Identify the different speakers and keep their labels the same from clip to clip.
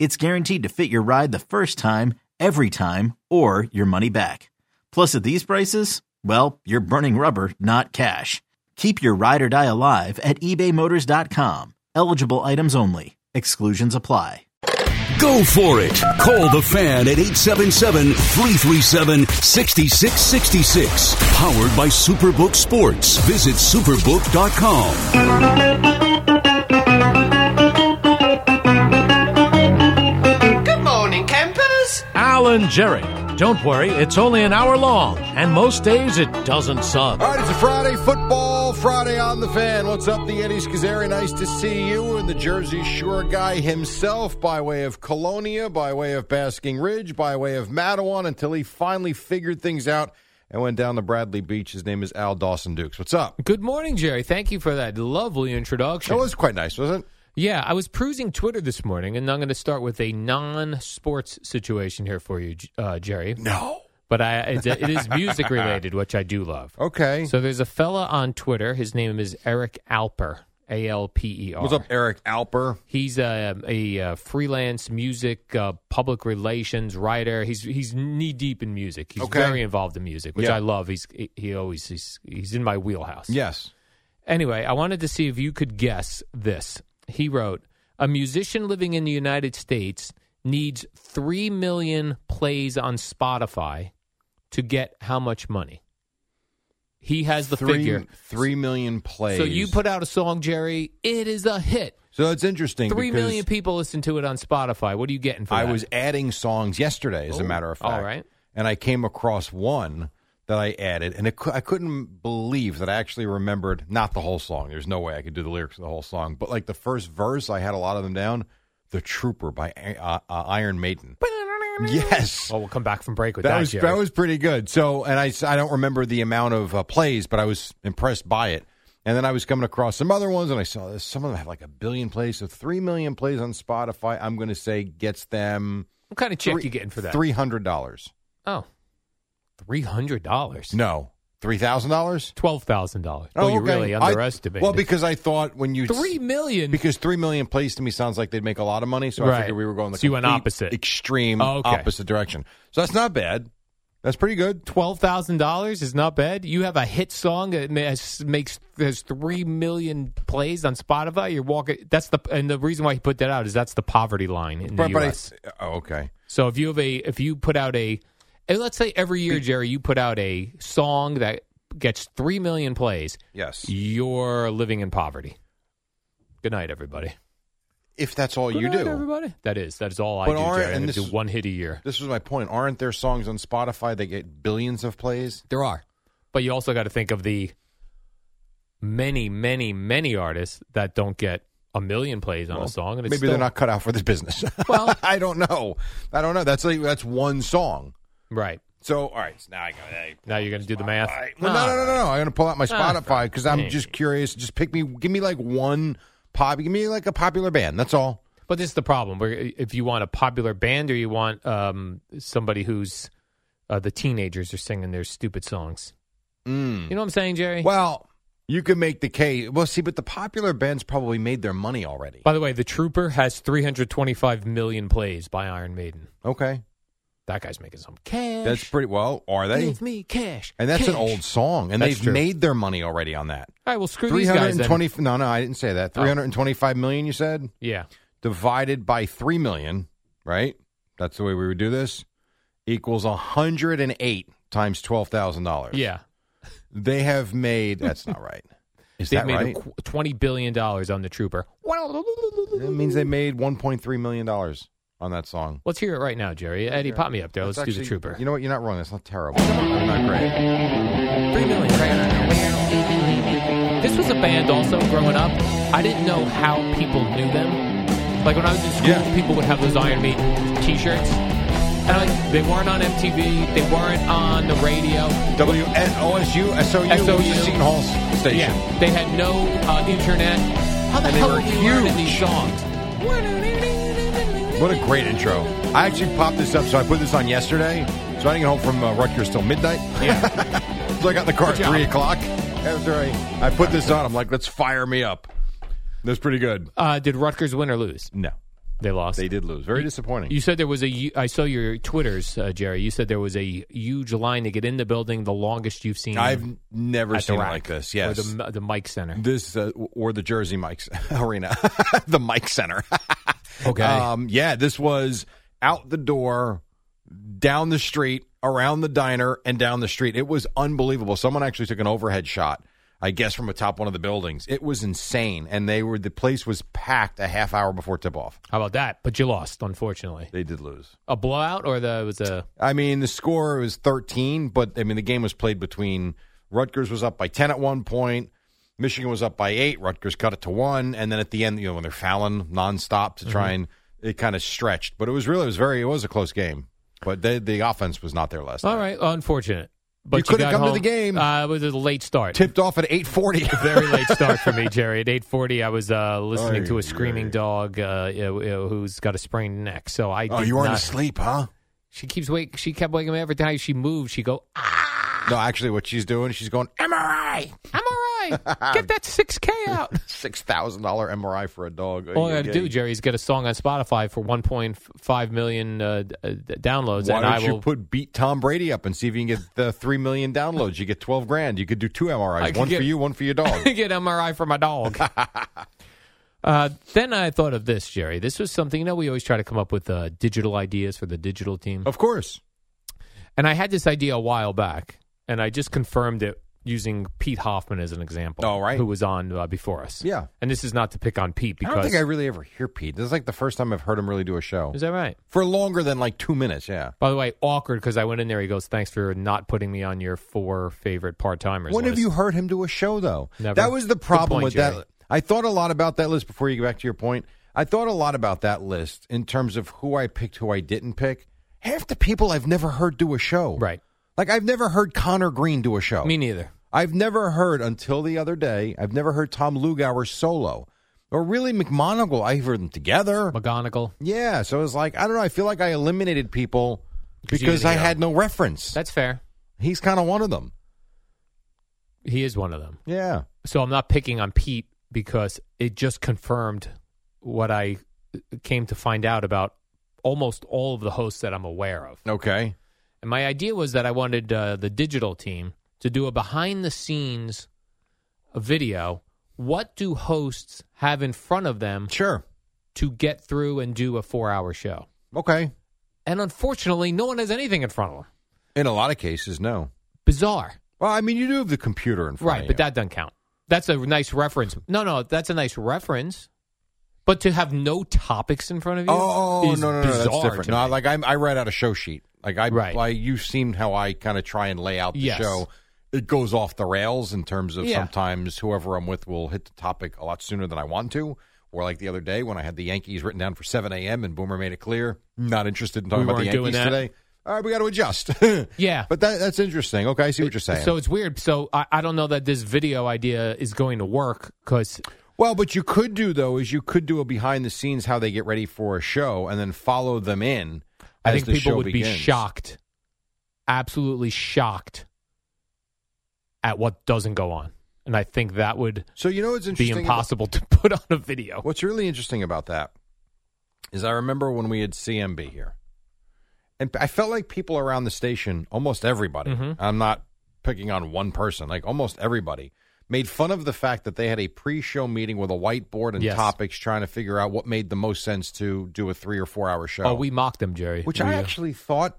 Speaker 1: it's guaranteed to fit your ride the first time, every time, or your money back. Plus, at these prices, well, you're burning rubber, not cash. Keep your ride or die alive at ebaymotors.com. Eligible items only. Exclusions apply.
Speaker 2: Go for it. Call the fan at 877 337 6666. Powered by Superbook Sports. Visit superbook.com.
Speaker 3: Good morning, campers.
Speaker 4: Alan Jerry. Don't worry, it's only an hour long, and most days it doesn't suck.
Speaker 5: All right, it's a Friday, football Friday on the fan. What's up, the Eddie Schizzeri? Nice to see you. And the Jersey Shore guy himself, by way of Colonia, by way of Basking Ridge, by way of Mattawan, until he finally figured things out and went down to Bradley Beach. His name is Al Dawson Dukes. What's up?
Speaker 6: Good morning, Jerry. Thank you for that lovely introduction.
Speaker 5: That was quite nice, wasn't it?
Speaker 6: yeah, I was perusing Twitter this morning, and I'm going to start with a non-sports situation here for you, J- uh, Jerry.
Speaker 5: No.
Speaker 6: But I, it, it is music related, which I do love.
Speaker 5: Okay.
Speaker 6: So there's a fella on Twitter. His name is Eric Alper. A L P E R.
Speaker 5: What's up, Eric Alper?
Speaker 6: He's a, a, uh freelance music, uh, public relations writer. He's he's knee deep in music. He's
Speaker 5: Okay.
Speaker 6: very involved in music, which
Speaker 5: Yeah.
Speaker 6: I love. He's he, he always he's, he's in my wheelhouse.
Speaker 5: Yes.
Speaker 6: Anyway, I wanted to see if you could guess this. He wrote, "A musician living in the United States needs 3 million plays on Spotify to get how much money?" He has the
Speaker 5: three,
Speaker 6: figure.
Speaker 5: Three million plays.
Speaker 6: So you put out a song, Jerry. It is a hit.
Speaker 5: So it's interesting.
Speaker 6: Three
Speaker 5: because
Speaker 6: million people listen to it on Spotify. What are you getting for
Speaker 5: I
Speaker 6: that?
Speaker 5: was adding songs yesterday, as a
Speaker 6: Oh,
Speaker 5: matter of
Speaker 6: all
Speaker 5: fact.
Speaker 6: right.
Speaker 5: And I came across one that I added, and it, cou- I couldn't believe that I actually remembered not the whole song. There's no way I could do the lyrics of the whole song, but like the first verse, I had a lot of them down. The Trooper by uh, uh, Iron Maiden. Yes.
Speaker 6: Oh, we'll come back from break with that.
Speaker 5: That was
Speaker 6: Jerry.
Speaker 5: that was pretty good. So, and I s- I don't remember the amount of uh, plays, but I was impressed by it. And then I was coming across some other ones, and I saw this, some of them have like a billion plays. So three million plays on Spotify. I'm going to say gets them
Speaker 6: what kind of check you getting for that?
Speaker 5: Three hundred dollars.
Speaker 6: Oh, three hundred dollars.
Speaker 5: No, three thousand dollars.
Speaker 6: Twelve thousand dollars. Oh, you really underestimated.
Speaker 5: well, because I thought when you
Speaker 6: three million.
Speaker 5: because three million plays to me sounds like they'd make a lot of money. So I
Speaker 6: Right.
Speaker 5: figured we were going the
Speaker 6: So you went
Speaker 5: complete
Speaker 6: opposite.
Speaker 5: extreme,
Speaker 6: Oh, okay.
Speaker 5: opposite direction. So that's not bad. That's pretty good.
Speaker 6: Twelve thousand dollars is not bad. You have a hit song that ma- has, makes has three million plays on Spotify. You're walking. That's the and the reason why he put that out is that's the poverty line in the
Speaker 5: But- but I-
Speaker 6: U.S.
Speaker 5: oh, okay.
Speaker 6: So if you have a if you put out a and let's say every year, Jerry, you put out a song that gets three million plays,
Speaker 5: Yes.
Speaker 6: you're living in poverty. Good night, everybody.
Speaker 5: If that's all
Speaker 6: Good
Speaker 5: you
Speaker 6: night,
Speaker 5: do.
Speaker 6: everybody. That is that is all
Speaker 5: But
Speaker 6: I do.
Speaker 5: aren't-
Speaker 6: Jerry.
Speaker 5: and
Speaker 6: I
Speaker 5: this
Speaker 6: do
Speaker 5: is-
Speaker 6: one hit a year.
Speaker 5: This was my point. Aren't there songs on Spotify that get billions of plays?
Speaker 6: There are. But you also got to think of the many, many, many artists that don't get a million plays on a song. And it's
Speaker 5: Maybe
Speaker 6: still-
Speaker 5: they're not cut out for this business.
Speaker 6: Well-
Speaker 5: I don't know. I don't know. That's like, that's one song.
Speaker 6: Right.
Speaker 5: So all right, so now I got. Hey,
Speaker 6: Now you're going to do the math.
Speaker 5: No, no, no, no, no, no. I'm going to pull out my
Speaker 6: Ah,
Speaker 5: Spotify because I'm just curious. Just pick me. Give me like one pop. Give me like a popular band. That's all.
Speaker 6: But this is the problem. Where if you want a popular band or you want um, somebody who's uh, the teenagers are singing their stupid songs. You know what I'm saying, Jerry?
Speaker 5: Hmm. Mm. Well, you can make the case. Well, see, but the popular bands probably made their money already.
Speaker 6: By the way, The Trooper has 325 million plays by Iron Maiden.
Speaker 5: Okay,
Speaker 6: That guy's making some cash.
Speaker 5: that's pretty well. Are they?
Speaker 6: Give me cash.
Speaker 5: And that's an
Speaker 6: cash.
Speaker 5: old song, and
Speaker 6: That's
Speaker 5: they've
Speaker 6: true.
Speaker 5: made their money already on that.
Speaker 6: All right, well, screw
Speaker 5: Three
Speaker 6: these
Speaker 5: hundred
Speaker 6: guys.
Speaker 5: and
Speaker 6: then. Oh.
Speaker 5: twenty. No, no, I didn't say that. Three hundred and twenty-five million. You said
Speaker 6: Yeah.
Speaker 5: divided by three million, right? That's the way we would do this. equals 108 times $12,000.
Speaker 6: Yeah.
Speaker 5: They have made, that's not right. Is
Speaker 6: They
Speaker 5: that
Speaker 6: made a
Speaker 5: right?
Speaker 6: qu- $20 billion on the Trooper.
Speaker 5: It means they made $1.3 million on that song.
Speaker 6: Let's hear it right now, Jerry. Eddie, pop me up there. Let's
Speaker 5: That's
Speaker 6: do the
Speaker 5: actually-
Speaker 6: Trooper.
Speaker 5: You know what? You're not wrong. That's not terrible. Not great.
Speaker 6: Three million. This was a band also growing up. I didn't know how people knew them. Like when I was in school,
Speaker 5: Yeah.
Speaker 6: people would have those Iron Maiden T-shirts, and like they weren't on MTV, they weren't on the radio.
Speaker 5: WSU, SOU,
Speaker 6: SOU.
Speaker 5: Seton Hall Station.
Speaker 6: Yeah, they had no uh, internet. How the
Speaker 5: And they
Speaker 6: hell
Speaker 5: were
Speaker 6: did you learn
Speaker 5: huge.
Speaker 6: these songs?
Speaker 5: What a great intro. I actually popped this up, so I put this on yesterday. So I didn't get home from uh, Rutgers till midnight.
Speaker 6: Yeah,
Speaker 5: So I got in the car at
Speaker 6: Good job.
Speaker 5: 3 o'clock. After I, I put this on, I'm like, let's fire me up. That's pretty good.
Speaker 6: uh, did Rutgers win or lose?
Speaker 5: No,
Speaker 6: They lost.
Speaker 5: they did lose. Very disappointing.
Speaker 6: You said there was a. hu- I saw your twitters, uh, Jerry. You said there was a huge line to get in the building, the longest you've seen.
Speaker 5: I've never
Speaker 6: at the
Speaker 5: seen it
Speaker 6: rack,
Speaker 5: like this.
Speaker 6: or
Speaker 5: Yes.
Speaker 6: the, the Mike Center.
Speaker 5: this uh, or the Jersey Mike's Arena, the Mike Center.
Speaker 6: Okay.
Speaker 5: Um, yeah, this was out the door, down the street, around the diner, and down the street. It was unbelievable. Someone actually took an overhead shot, I guess, from atop one of the buildings. It was insane, and they were the place was packed a half hour before tip off.
Speaker 6: How about that? But you lost, unfortunately.
Speaker 5: They did lose.
Speaker 6: A blowout, or the it was a
Speaker 5: I mean, the score was 13, but I mean, the game was played between Rutgers was up by 10 at one point. Michigan was up by eight. Rutgers cut it to one, and then at the end, you know, when they're fouling nonstop to try
Speaker 6: Mm-hmm.
Speaker 5: and it kind of stretched. But it was really, it was very, it was a close game. But they, the offense was not there last
Speaker 6: all
Speaker 5: night.
Speaker 6: right, unfortunate. But
Speaker 5: could've
Speaker 6: got
Speaker 5: come to
Speaker 6: home.
Speaker 5: the game.
Speaker 6: Uh, it was a late start.
Speaker 5: Tipped off at eight forty.
Speaker 6: Very late start for me, Jerry. At eight forty, I was uh, listening to
Speaker 5: Oy,
Speaker 6: a screaming
Speaker 5: oy.
Speaker 6: dog uh, you know, you know, who's got a sprained neck. So I.
Speaker 5: Oh,
Speaker 6: did
Speaker 5: you weren't
Speaker 6: not-
Speaker 5: asleep, huh?
Speaker 6: She keeps wake. She kept waking me every time she moved. She go. "Ah,
Speaker 5: No, actually, what she's doing, she's going MRI,
Speaker 6: I'm all right. Get that six K out.
Speaker 5: six thousand dollar MRI for a dog.
Speaker 6: All I
Speaker 5: Oy,
Speaker 6: got to
Speaker 5: oy,
Speaker 6: do,
Speaker 5: oy.
Speaker 6: Jerry, is get a song on Spotify for 1.5 million uh, d- uh, d- downloads,
Speaker 5: Why
Speaker 6: and
Speaker 5: don't
Speaker 6: I
Speaker 5: you
Speaker 6: will.
Speaker 5: put beat Tom Brady up and see if you can get the three million downloads? You get twelve grand. You could do two
Speaker 6: I
Speaker 5: MRIs,
Speaker 6: could
Speaker 5: one
Speaker 6: get-
Speaker 5: for you, one for your dog.
Speaker 6: get MRI for my dog. uh, then I thought of this, Jerry. This was something you know we always try to come up with uh, digital ideas for the digital team,
Speaker 5: of course.
Speaker 6: and I had this idea a while back, and I just confirmed it using Pete Hoffman as an example.
Speaker 5: Oh, right.
Speaker 6: who was on uh, before us?
Speaker 5: Yeah.
Speaker 6: and this is not to pick on Pete because
Speaker 5: I don't think I really ever hear Pete. This is like the first time I've heard him really do a show
Speaker 6: is that right?
Speaker 5: for longer than like two minutes. Yeah.
Speaker 6: By the way, awkward because I went in there. He goes, "Thanks for not putting me on your four favorite part timers."
Speaker 5: When have you heard him do a show though?
Speaker 6: Never.
Speaker 5: That was the
Speaker 6: Good
Speaker 5: problem
Speaker 6: point,
Speaker 5: with
Speaker 6: Jerry.
Speaker 5: that. I thought a lot about that list before you get back to your point. I thought a lot about that list in terms of who I picked, who I didn't pick. Half the people I've never heard do a show.
Speaker 6: Right.
Speaker 5: Like I've never heard Connor Green do a show.
Speaker 6: Me neither.
Speaker 5: I've never heard until the other day. I've never heard Tom Lugauer solo, or really McMonagle. I heard them together.
Speaker 6: McGonagall.
Speaker 5: Yeah, so it was like I don't know. I feel like I eliminated people
Speaker 6: 'Cause you
Speaker 5: because
Speaker 6: didn't
Speaker 5: I
Speaker 6: hear
Speaker 5: had no reference.
Speaker 6: That's fair.
Speaker 5: He's kind of one of them.
Speaker 6: He is one of them.
Speaker 5: Yeah,
Speaker 6: So I'm not picking on Pete because it just confirmed what I uh, came to find out about almost all of the hosts that I'm aware of.
Speaker 5: okay.
Speaker 6: And my idea was that I wanted uh, the digital team to do a behind the scenes video. What do hosts have in front of them
Speaker 5: Sure.
Speaker 6: to get through and do a four hour show?
Speaker 5: Okay.
Speaker 6: And unfortunately, no one has anything in front of them.
Speaker 5: In a lot of cases, no.
Speaker 6: Bizarre.
Speaker 5: Well, I mean, you do have the computer in front
Speaker 6: Right,
Speaker 5: of
Speaker 6: but
Speaker 5: you.
Speaker 6: that doesn't count. That's a nice reference. No, no, that's a nice reference. But to have no topics in front of you
Speaker 5: Oh
Speaker 6: is
Speaker 5: no, no, no,
Speaker 6: bizarre
Speaker 5: that's different.
Speaker 6: to
Speaker 5: No,
Speaker 6: me.
Speaker 5: like I, I read out a show sheet. Like I,
Speaker 6: Right.
Speaker 5: like you've seen how I kind of try and lay out the
Speaker 6: Yes.
Speaker 5: show. It goes off the rails in terms of
Speaker 6: Yeah.
Speaker 5: sometimes whoever I'm with will hit the topic a lot sooner than I want to. Or like the other day when I had the Yankees written down for 7 a.m. and Boomer made it clear, not interested in talking
Speaker 6: We
Speaker 5: about the
Speaker 6: weren't doing
Speaker 5: Yankees
Speaker 6: that.
Speaker 5: today. All right, we got to adjust.
Speaker 6: Yeah.
Speaker 5: but that, that's interesting. Okay, I see what you're saying.
Speaker 6: So it's weird. So I, I don't know that this video idea is going to work because
Speaker 5: Well, what you could do though is you could do a behind the scenes how they get ready for a show and then follow them in.
Speaker 6: I
Speaker 5: as
Speaker 6: think
Speaker 5: the
Speaker 6: people
Speaker 5: show
Speaker 6: would be
Speaker 5: begins.
Speaker 6: shocked, absolutely shocked at what doesn't go on. And I think that would
Speaker 5: So you know what's
Speaker 6: be
Speaker 5: interesting? about-
Speaker 6: impossible to put on a video.
Speaker 5: what's really interesting about that is I remember when we had CMB here, and I felt like people around the station, almost everybody.
Speaker 6: Mm-hmm.
Speaker 5: I'm not picking on one person. Like almost everybody made fun of the fact that they had a pre-show meeting with a whiteboard and
Speaker 6: Yes.
Speaker 5: topics, trying to figure out what made the most sense to do a three or four hour show.
Speaker 6: Oh, we mocked them, Jerry.
Speaker 5: which
Speaker 6: We,
Speaker 5: I
Speaker 6: uh,
Speaker 5: actually thought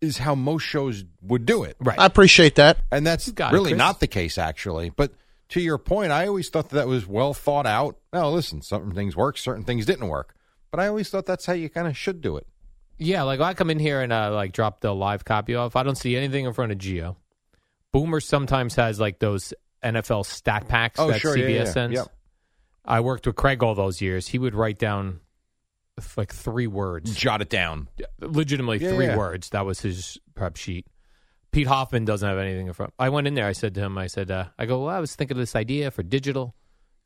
Speaker 5: is how most shows would do it.
Speaker 6: Right.
Speaker 7: I appreciate that.
Speaker 5: And that's
Speaker 6: You got it,
Speaker 5: really
Speaker 6: Chris.
Speaker 5: not the case, actually. But to your point, I always thought that, that was well thought out. Now, listen, certain things worked, certain things didn't work. But I always thought that's how you kind of should do it.
Speaker 6: Yeah, like I come in here and uh, like drop the live copy off. I don't see anything in front of Geo. Boomer sometimes has like those NFL stat packs
Speaker 5: Oh,
Speaker 6: that
Speaker 5: sure, yeah,
Speaker 6: CBS
Speaker 5: yeah,
Speaker 6: sends.
Speaker 5: yep.
Speaker 6: I worked with Craig all those years. He would write down f- like three words,
Speaker 5: Jot it down.
Speaker 6: legitimately
Speaker 5: Yeah,
Speaker 6: three
Speaker 5: yeah.
Speaker 6: words. That was his prep sheet. Pete Hoffman doesn't have anything in front. I went in there. I said to him, I said, uh, I go, well, I was thinking of this idea for digital.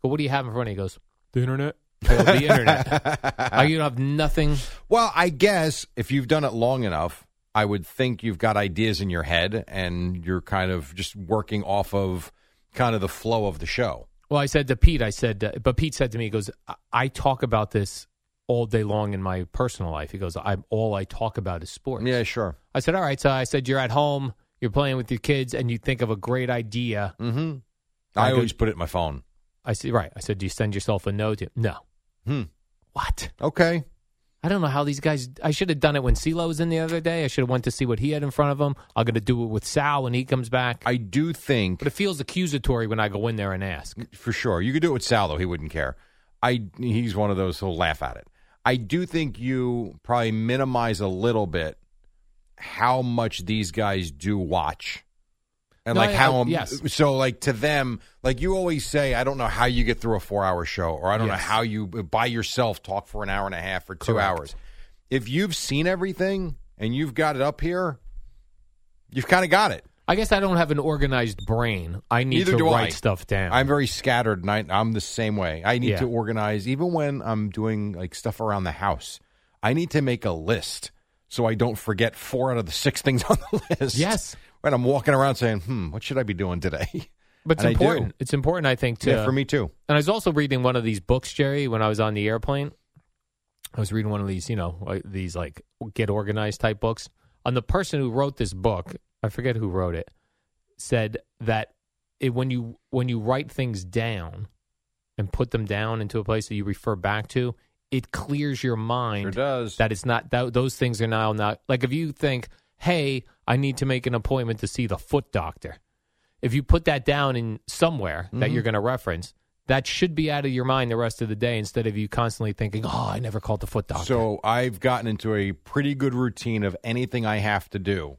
Speaker 6: But what do you have in front of you? He goes, the internet. I go, the internet. I, go, you don't have nothing.
Speaker 5: Well, I guess if you've done it long enough, I would think you've got ideas in your head and you're kind of just working off of kind of the flow of the show.
Speaker 6: Well, I said to Pete, I said, uh, but Pete said to me, he goes, "I- I talk about this all day long in my personal life. He goes, I'm all I talk about is sports.
Speaker 5: Yeah, sure.
Speaker 6: I said, all right. So I said, you're at home, you're playing with your kids, and you think of a great idea.
Speaker 5: Mm-hmm.
Speaker 6: I
Speaker 5: I
Speaker 6: go-
Speaker 5: always put it in my phone.
Speaker 6: I said, right. I said, do you send yourself a note? No.
Speaker 5: Hmm.
Speaker 6: What?
Speaker 5: Okay.
Speaker 6: I don't know how these guys. I should have done it when CeeLo was in the other day. I should have went to see what he had in front of him. I'm going to do it with Sal when he comes back.
Speaker 5: I do think
Speaker 6: but it feels accusatory when I go in there and ask.
Speaker 5: for sure. You could do it with Sal though; he wouldn't care. I he's one of those who'll laugh at it. I do think you probably minimize a little bit how much these guys do watch, and
Speaker 6: No,
Speaker 5: like
Speaker 6: I-
Speaker 5: how
Speaker 6: I-
Speaker 5: um,
Speaker 6: yes.
Speaker 5: So like to them, like you always say, I don't know how you get through a four-hour show, or I don't know
Speaker 6: Yes.
Speaker 5: how you by yourself talk for an hour and a half or two
Speaker 6: Correct.
Speaker 5: hours. If you've seen everything and you've got it up here, you've kind of got it.
Speaker 6: I guess I don't have an organized brain. I need
Speaker 5: Neither
Speaker 6: to
Speaker 5: do
Speaker 6: write
Speaker 5: I.
Speaker 6: stuff down.
Speaker 5: I'm very scattered, and I, I'm the same way. I need
Speaker 6: Yeah.
Speaker 5: to organize, even when I'm doing like stuff around the house. I need to make a list so I don't forget four out of the six things on the list.
Speaker 6: Yes.
Speaker 5: when I'm walking around saying, "Hmm, what should I be doing today?"
Speaker 6: But
Speaker 5: And
Speaker 6: it's
Speaker 5: I do.
Speaker 6: important. It's important, I think, to
Speaker 5: yeah, for me too.
Speaker 6: And I was also reading one of these books, Jerry, when I was on the airplane. I was reading one of these, you know, like, these like get organized type books. And the person who wrote this book, I forget who wrote it, said that it, when you when you write things down and put them down into a place that you refer back to, it clears your mind.
Speaker 5: does.
Speaker 6: That it's not that those things are now not like if you think, hey, I need to make an appointment to see the foot doctor. If you put that down in somewhere
Speaker 5: Mm-hmm.
Speaker 6: that you're going to reference, that should be out of your mind the rest of the day instead of you constantly thinking, oh, I never called the foot doctor.
Speaker 5: So I've gotten into a pretty good routine of anything I have to do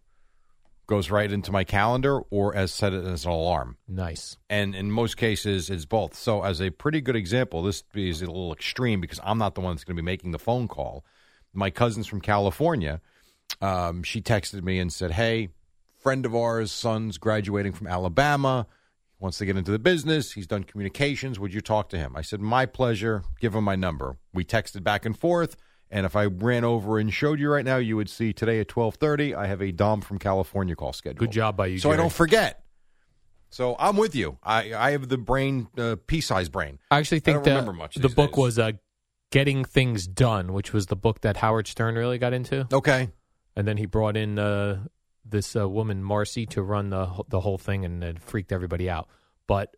Speaker 5: goes right into my calendar or as set it as an alarm.
Speaker 6: nice.
Speaker 5: and in most cases it's both. So as a pretty good example, this is a little extreme because I'm not the one that's going to be making the phone call. My cousin's from California. Um, she texted me and said, "Hey, friend of ours, son's graduating from Alabama. He wants to get into the business. He's done communications. Would you talk to him?" I said, "My pleasure. Give him my number." We texted back and forth. And if I ran over and showed you right now, you would see today at twelve thirty. I have a Dom from California call scheduled.
Speaker 6: Good job by you.
Speaker 5: So I
Speaker 6: Jerry.
Speaker 5: don't forget. So I'm with you. I I have the brain, uh, pea sized brain.
Speaker 6: I actually think
Speaker 5: don't
Speaker 6: the,
Speaker 5: remember much
Speaker 6: the
Speaker 5: these
Speaker 6: book
Speaker 5: days.
Speaker 6: was uh, Getting Things Done, which was the book that Howard Stern really got into.
Speaker 5: Okay.
Speaker 6: And then he brought in uh, this uh, woman, Marcy, to run the, wh- the whole thing and it freaked everybody out. But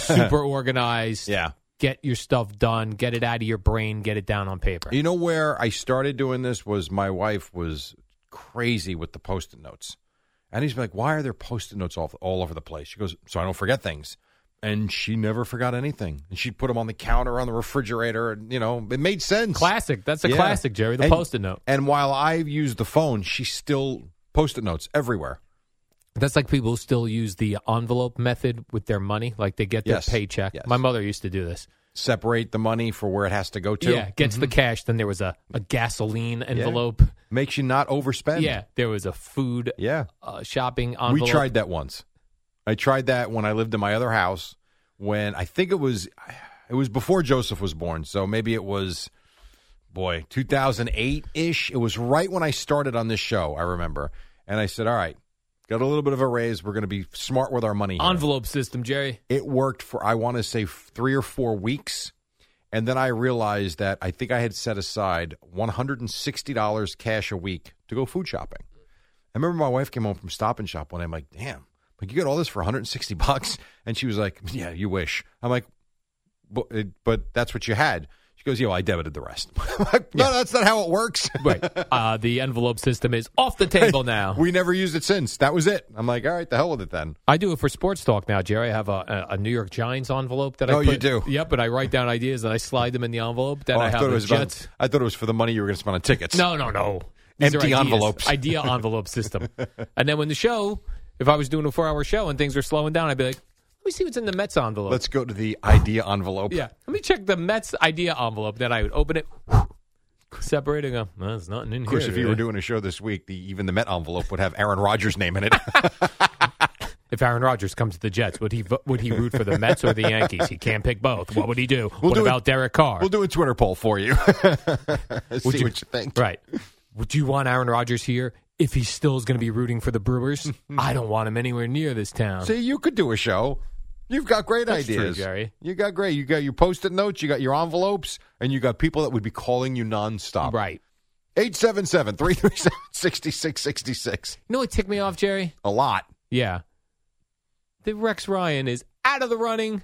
Speaker 6: super organized.
Speaker 5: Yeah.
Speaker 6: Get your stuff done. Get it out of your brain. Get it down on paper.
Speaker 5: You know where I started doing this was my wife was crazy with the post it notes, and he's like, "Why are there post it notes all all over the place?" She goes, "So I don't forget things." And she never forgot anything. And she'd put them on the counter, on the refrigerator, and you know, it made sense.
Speaker 6: Classic. That's a
Speaker 5: Yeah.
Speaker 6: classic, Jerry. The
Speaker 5: And-
Speaker 6: post-it note.
Speaker 5: And while I use the phone, she still post-it notes everywhere.
Speaker 6: That's like people who still use the envelope method with their money. Like they get their
Speaker 5: Yes.
Speaker 6: paycheck.
Speaker 5: Yes.
Speaker 6: My mother used to do this.
Speaker 5: Separate the money for where it has to go to.
Speaker 6: Yeah, gets
Speaker 5: Mm-hmm.
Speaker 6: the cash. Then there was a, a gasoline envelope.
Speaker 5: Makes you not
Speaker 6: Yeah.
Speaker 5: overspend.
Speaker 6: there was a food
Speaker 5: Yeah.
Speaker 6: uh, shopping envelope.
Speaker 5: We tried that once. I tried that when I lived in my other house when I think it was it was before Joseph was born, so maybe it was boy, 2008-ish. It was right when I started on this show, I remember. And I said, "All right, got a little bit of a raise. We're going to be smart with our money." here."
Speaker 6: envelope system, Jerry.
Speaker 5: It worked for I want to say 3 or 4 weeks. And then I realized that I think I had set aside $160 cash a week to go food shopping. I remember my wife came home from Stop and Shop one day. I'm like, damn, like you got all this for 160 bucks, and she was like, yeah, you wish. I'm like, but, it, but eh, that's what you had. She goes, "Yo, I debited the rest." no, that's not how it works.
Speaker 6: Right. Uh, the envelope system is off the table now.
Speaker 5: We never used it since. That was it. I'm like, all right, the hell with it then.
Speaker 6: I do it for sports talk now, Jerry. I have a, a, a New York Giants envelope that I.
Speaker 5: Oh, you
Speaker 6: put-
Speaker 5: do?
Speaker 6: Yep, and I write down ideas and I slide them in the envelope. Then
Speaker 5: Oh,
Speaker 6: I, have
Speaker 5: thought
Speaker 6: the
Speaker 5: it was
Speaker 6: Jets.
Speaker 5: about, I thought it was for the money you were going to spend on tickets.
Speaker 6: No, no, no. These are
Speaker 5: Empty
Speaker 6: ideas.
Speaker 5: envelopes.
Speaker 6: Idea envelope system. and then when the show, if I was doing a four-hour show and things were slowing down, I'd be like, "Let me see what's in the Mets envelope."
Speaker 5: Let's go to the idea envelope.
Speaker 6: yeah, let me check the Mets idea envelope. Then I would open it, separate it. and Go, well, there's nothing in
Speaker 5: Of course,
Speaker 6: here.
Speaker 5: if you were
Speaker 6: today."
Speaker 5: doing a show this week, the, even the Met envelope would have Aaron Rodgers' name in it.
Speaker 6: If Aaron Rodgers comes to the Jets, would he vo- would he root for the Mets or the Yankees? He can't pick both. What would he do?
Speaker 5: We'll
Speaker 6: what
Speaker 5: do it-
Speaker 6: about Derek Carr?
Speaker 5: we'll do a Twitter poll for you. See
Speaker 6: you-
Speaker 5: what you think.
Speaker 6: right. Would you want Aaron Rodgers here if he still is going to be rooting for the Brewers? I don't want him anywhere near this town.
Speaker 5: See, you could do a show. You've got great
Speaker 6: That's true,
Speaker 5: ideas,
Speaker 6: Jerry.
Speaker 5: You got great. You got your post-it notes. You got your envelopes, and you got people that would be calling you nonstop.
Speaker 6: Right.
Speaker 5: 877-337-6666.
Speaker 6: You know what ticked me off, Jerry?
Speaker 5: A lot.
Speaker 6: Yeah. That Rex Ryan is out of the running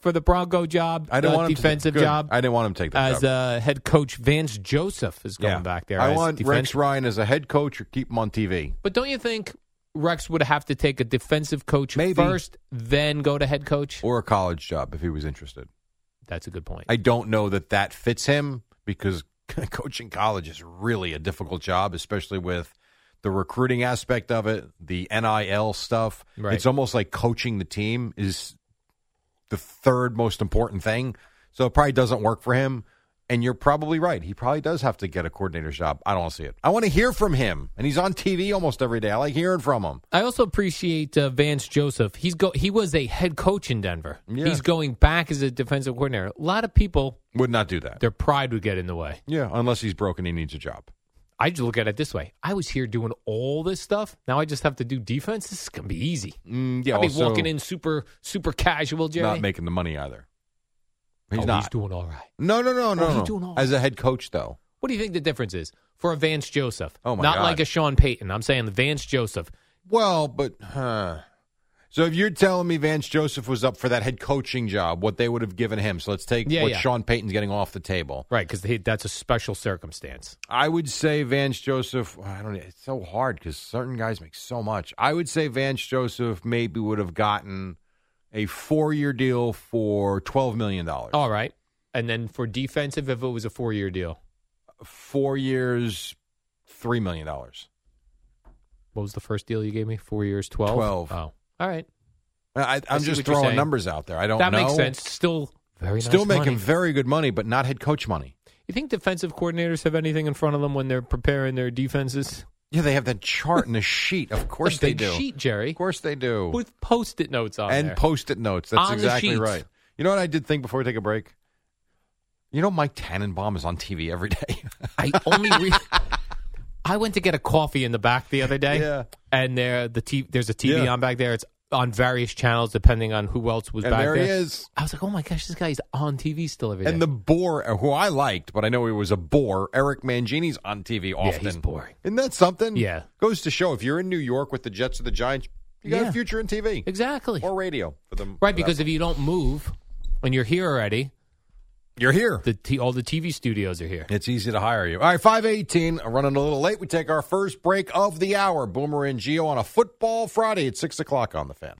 Speaker 6: for the Bronco job,
Speaker 5: I don't
Speaker 6: uh,
Speaker 5: want him to-
Speaker 6: defensive
Speaker 5: good.
Speaker 6: job.
Speaker 5: I didn't want him to take that
Speaker 6: as
Speaker 5: job.
Speaker 6: uh, head coach Vance Joseph is going
Speaker 5: Yeah.
Speaker 6: back there.
Speaker 5: I
Speaker 6: as
Speaker 5: want
Speaker 6: defense-
Speaker 5: Rex Ryan as a head coach or keep him on TV.
Speaker 6: But don't you think Rex would have to take a defensive coach
Speaker 5: Maybe.
Speaker 6: first, then go to head coach?
Speaker 5: Or a college job if he was interested.
Speaker 6: That's a good point.
Speaker 5: I don't know that that fits him because coaching college is really a difficult job, especially with the recruiting aspect of it, the NIL stuff.
Speaker 6: Right.
Speaker 5: It's almost like coaching the team is the third most important thing. So it probably doesn't work for him. And you're probably right. He probably does have to get a coordinator's job. I don't see it. I want to hear from him. And he's on TV almost every day. I like hearing from him.
Speaker 6: I also appreciate uh, Vance Joseph. He's go he was a head coach in Denver.
Speaker 5: Yeah.
Speaker 6: He's going back as a defensive coordinator. A lot of people,
Speaker 5: Would not do that.
Speaker 6: their pride would get in the way.
Speaker 5: Yeah, unless he's broken, he needs a job.
Speaker 6: I just look at it this way: I was here doing all this stuff. Now I just have to do defense. This is gonna be easy.
Speaker 5: Mm, yeah,
Speaker 6: I'll be
Speaker 5: also
Speaker 6: walking in super super casual, Jerry.
Speaker 5: not making the money either. He's
Speaker 6: Oh,
Speaker 5: not.
Speaker 6: He's doing all right.
Speaker 5: No, no, no, no.
Speaker 6: he's
Speaker 5: no.
Speaker 6: doing all
Speaker 5: As a head coach, though,
Speaker 6: What do you think the difference is for a Vance Joseph?
Speaker 5: Oh, my
Speaker 6: not
Speaker 5: God.
Speaker 6: like a Sean Payton. I'm saying Vance Joseph.
Speaker 5: well, but huh. so if you're telling me Vance Joseph was up for that head coaching job, what they would have given him? So let's take
Speaker 6: Yeah,
Speaker 5: what
Speaker 6: yeah.
Speaker 5: Sean Payton's getting off the table.
Speaker 6: Right, because that's a special circumstance.
Speaker 5: I would say Vance Joseph. I don't. know. It's so hard because certain guys make so much. I would say Vance Joseph maybe would have gotten a four-year deal for twelve million dollars.
Speaker 6: All right. And then for defensive, if it was a four year deal,
Speaker 5: Four years, three million dollars.
Speaker 6: what was the first deal you gave me? Four years, 12?
Speaker 5: 12.
Speaker 6: Oh, all right.
Speaker 5: I,
Speaker 6: I
Speaker 5: I'm just
Speaker 6: see what you're
Speaker 5: throwing
Speaker 6: saying.
Speaker 5: numbers out there. I don't
Speaker 6: that
Speaker 5: know.
Speaker 6: makes sense. Still very
Speaker 5: Still
Speaker 6: nice
Speaker 5: making
Speaker 6: money.
Speaker 5: very good money, but not head coach money.
Speaker 6: You think defensive coordinators have anything in front of them when they're preparing their defenses?
Speaker 5: Yeah, they have that chart and the sheet. Of course
Speaker 6: a
Speaker 5: they
Speaker 6: big
Speaker 5: do.
Speaker 6: sheet,
Speaker 5: Of
Speaker 6: Jerry,
Speaker 5: course they do.
Speaker 6: with post it notes on
Speaker 5: and
Speaker 6: there.
Speaker 5: post-it notes. That's
Speaker 6: On the
Speaker 5: exactly
Speaker 6: sheets.
Speaker 5: right. You know what I did think before we take a break? You know Mike Tannenbaum is on TV every day.
Speaker 6: I only re- I went to get a coffee in the back the other day.
Speaker 5: Yeah.
Speaker 6: And there the t- there's a TV
Speaker 5: Yeah.
Speaker 6: on back there. It's on various channels depending on who else was
Speaker 5: and
Speaker 6: back
Speaker 5: there
Speaker 6: there.
Speaker 5: he is.
Speaker 6: I was like, "Oh my gosh, this guy's on TV still every day."
Speaker 5: And the bore, who I liked, but I know he was a bore, Eric Mangini's on TV often.
Speaker 6: he's boring.
Speaker 5: Isn't that something?
Speaker 6: Yeah.
Speaker 5: Goes to show if you're in New York with the Jets or the Giants, you got
Speaker 6: Yeah.
Speaker 5: a future in TV
Speaker 6: exactly.
Speaker 5: or radio for them.
Speaker 6: Right, because if you don't move and you're here already,
Speaker 5: you're here.
Speaker 6: the t- all the TV studios are here.
Speaker 5: It's easy to hire you. All right, 518, I'm running a little late. We take our first break of the hour. Boomer and Geo on a football Friday at 6 o'clock on the fan.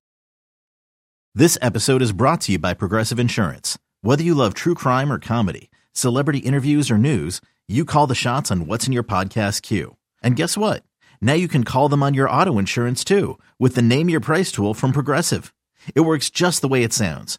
Speaker 1: This episode is brought to you by Progressive Insurance. Whether you love true crime or comedy, celebrity interviews or news, you call the shots on what's in your podcast queue. And guess what? Now you can call them on your auto insurance too with the Name Your Price tool from Progressive. It works just the way it sounds.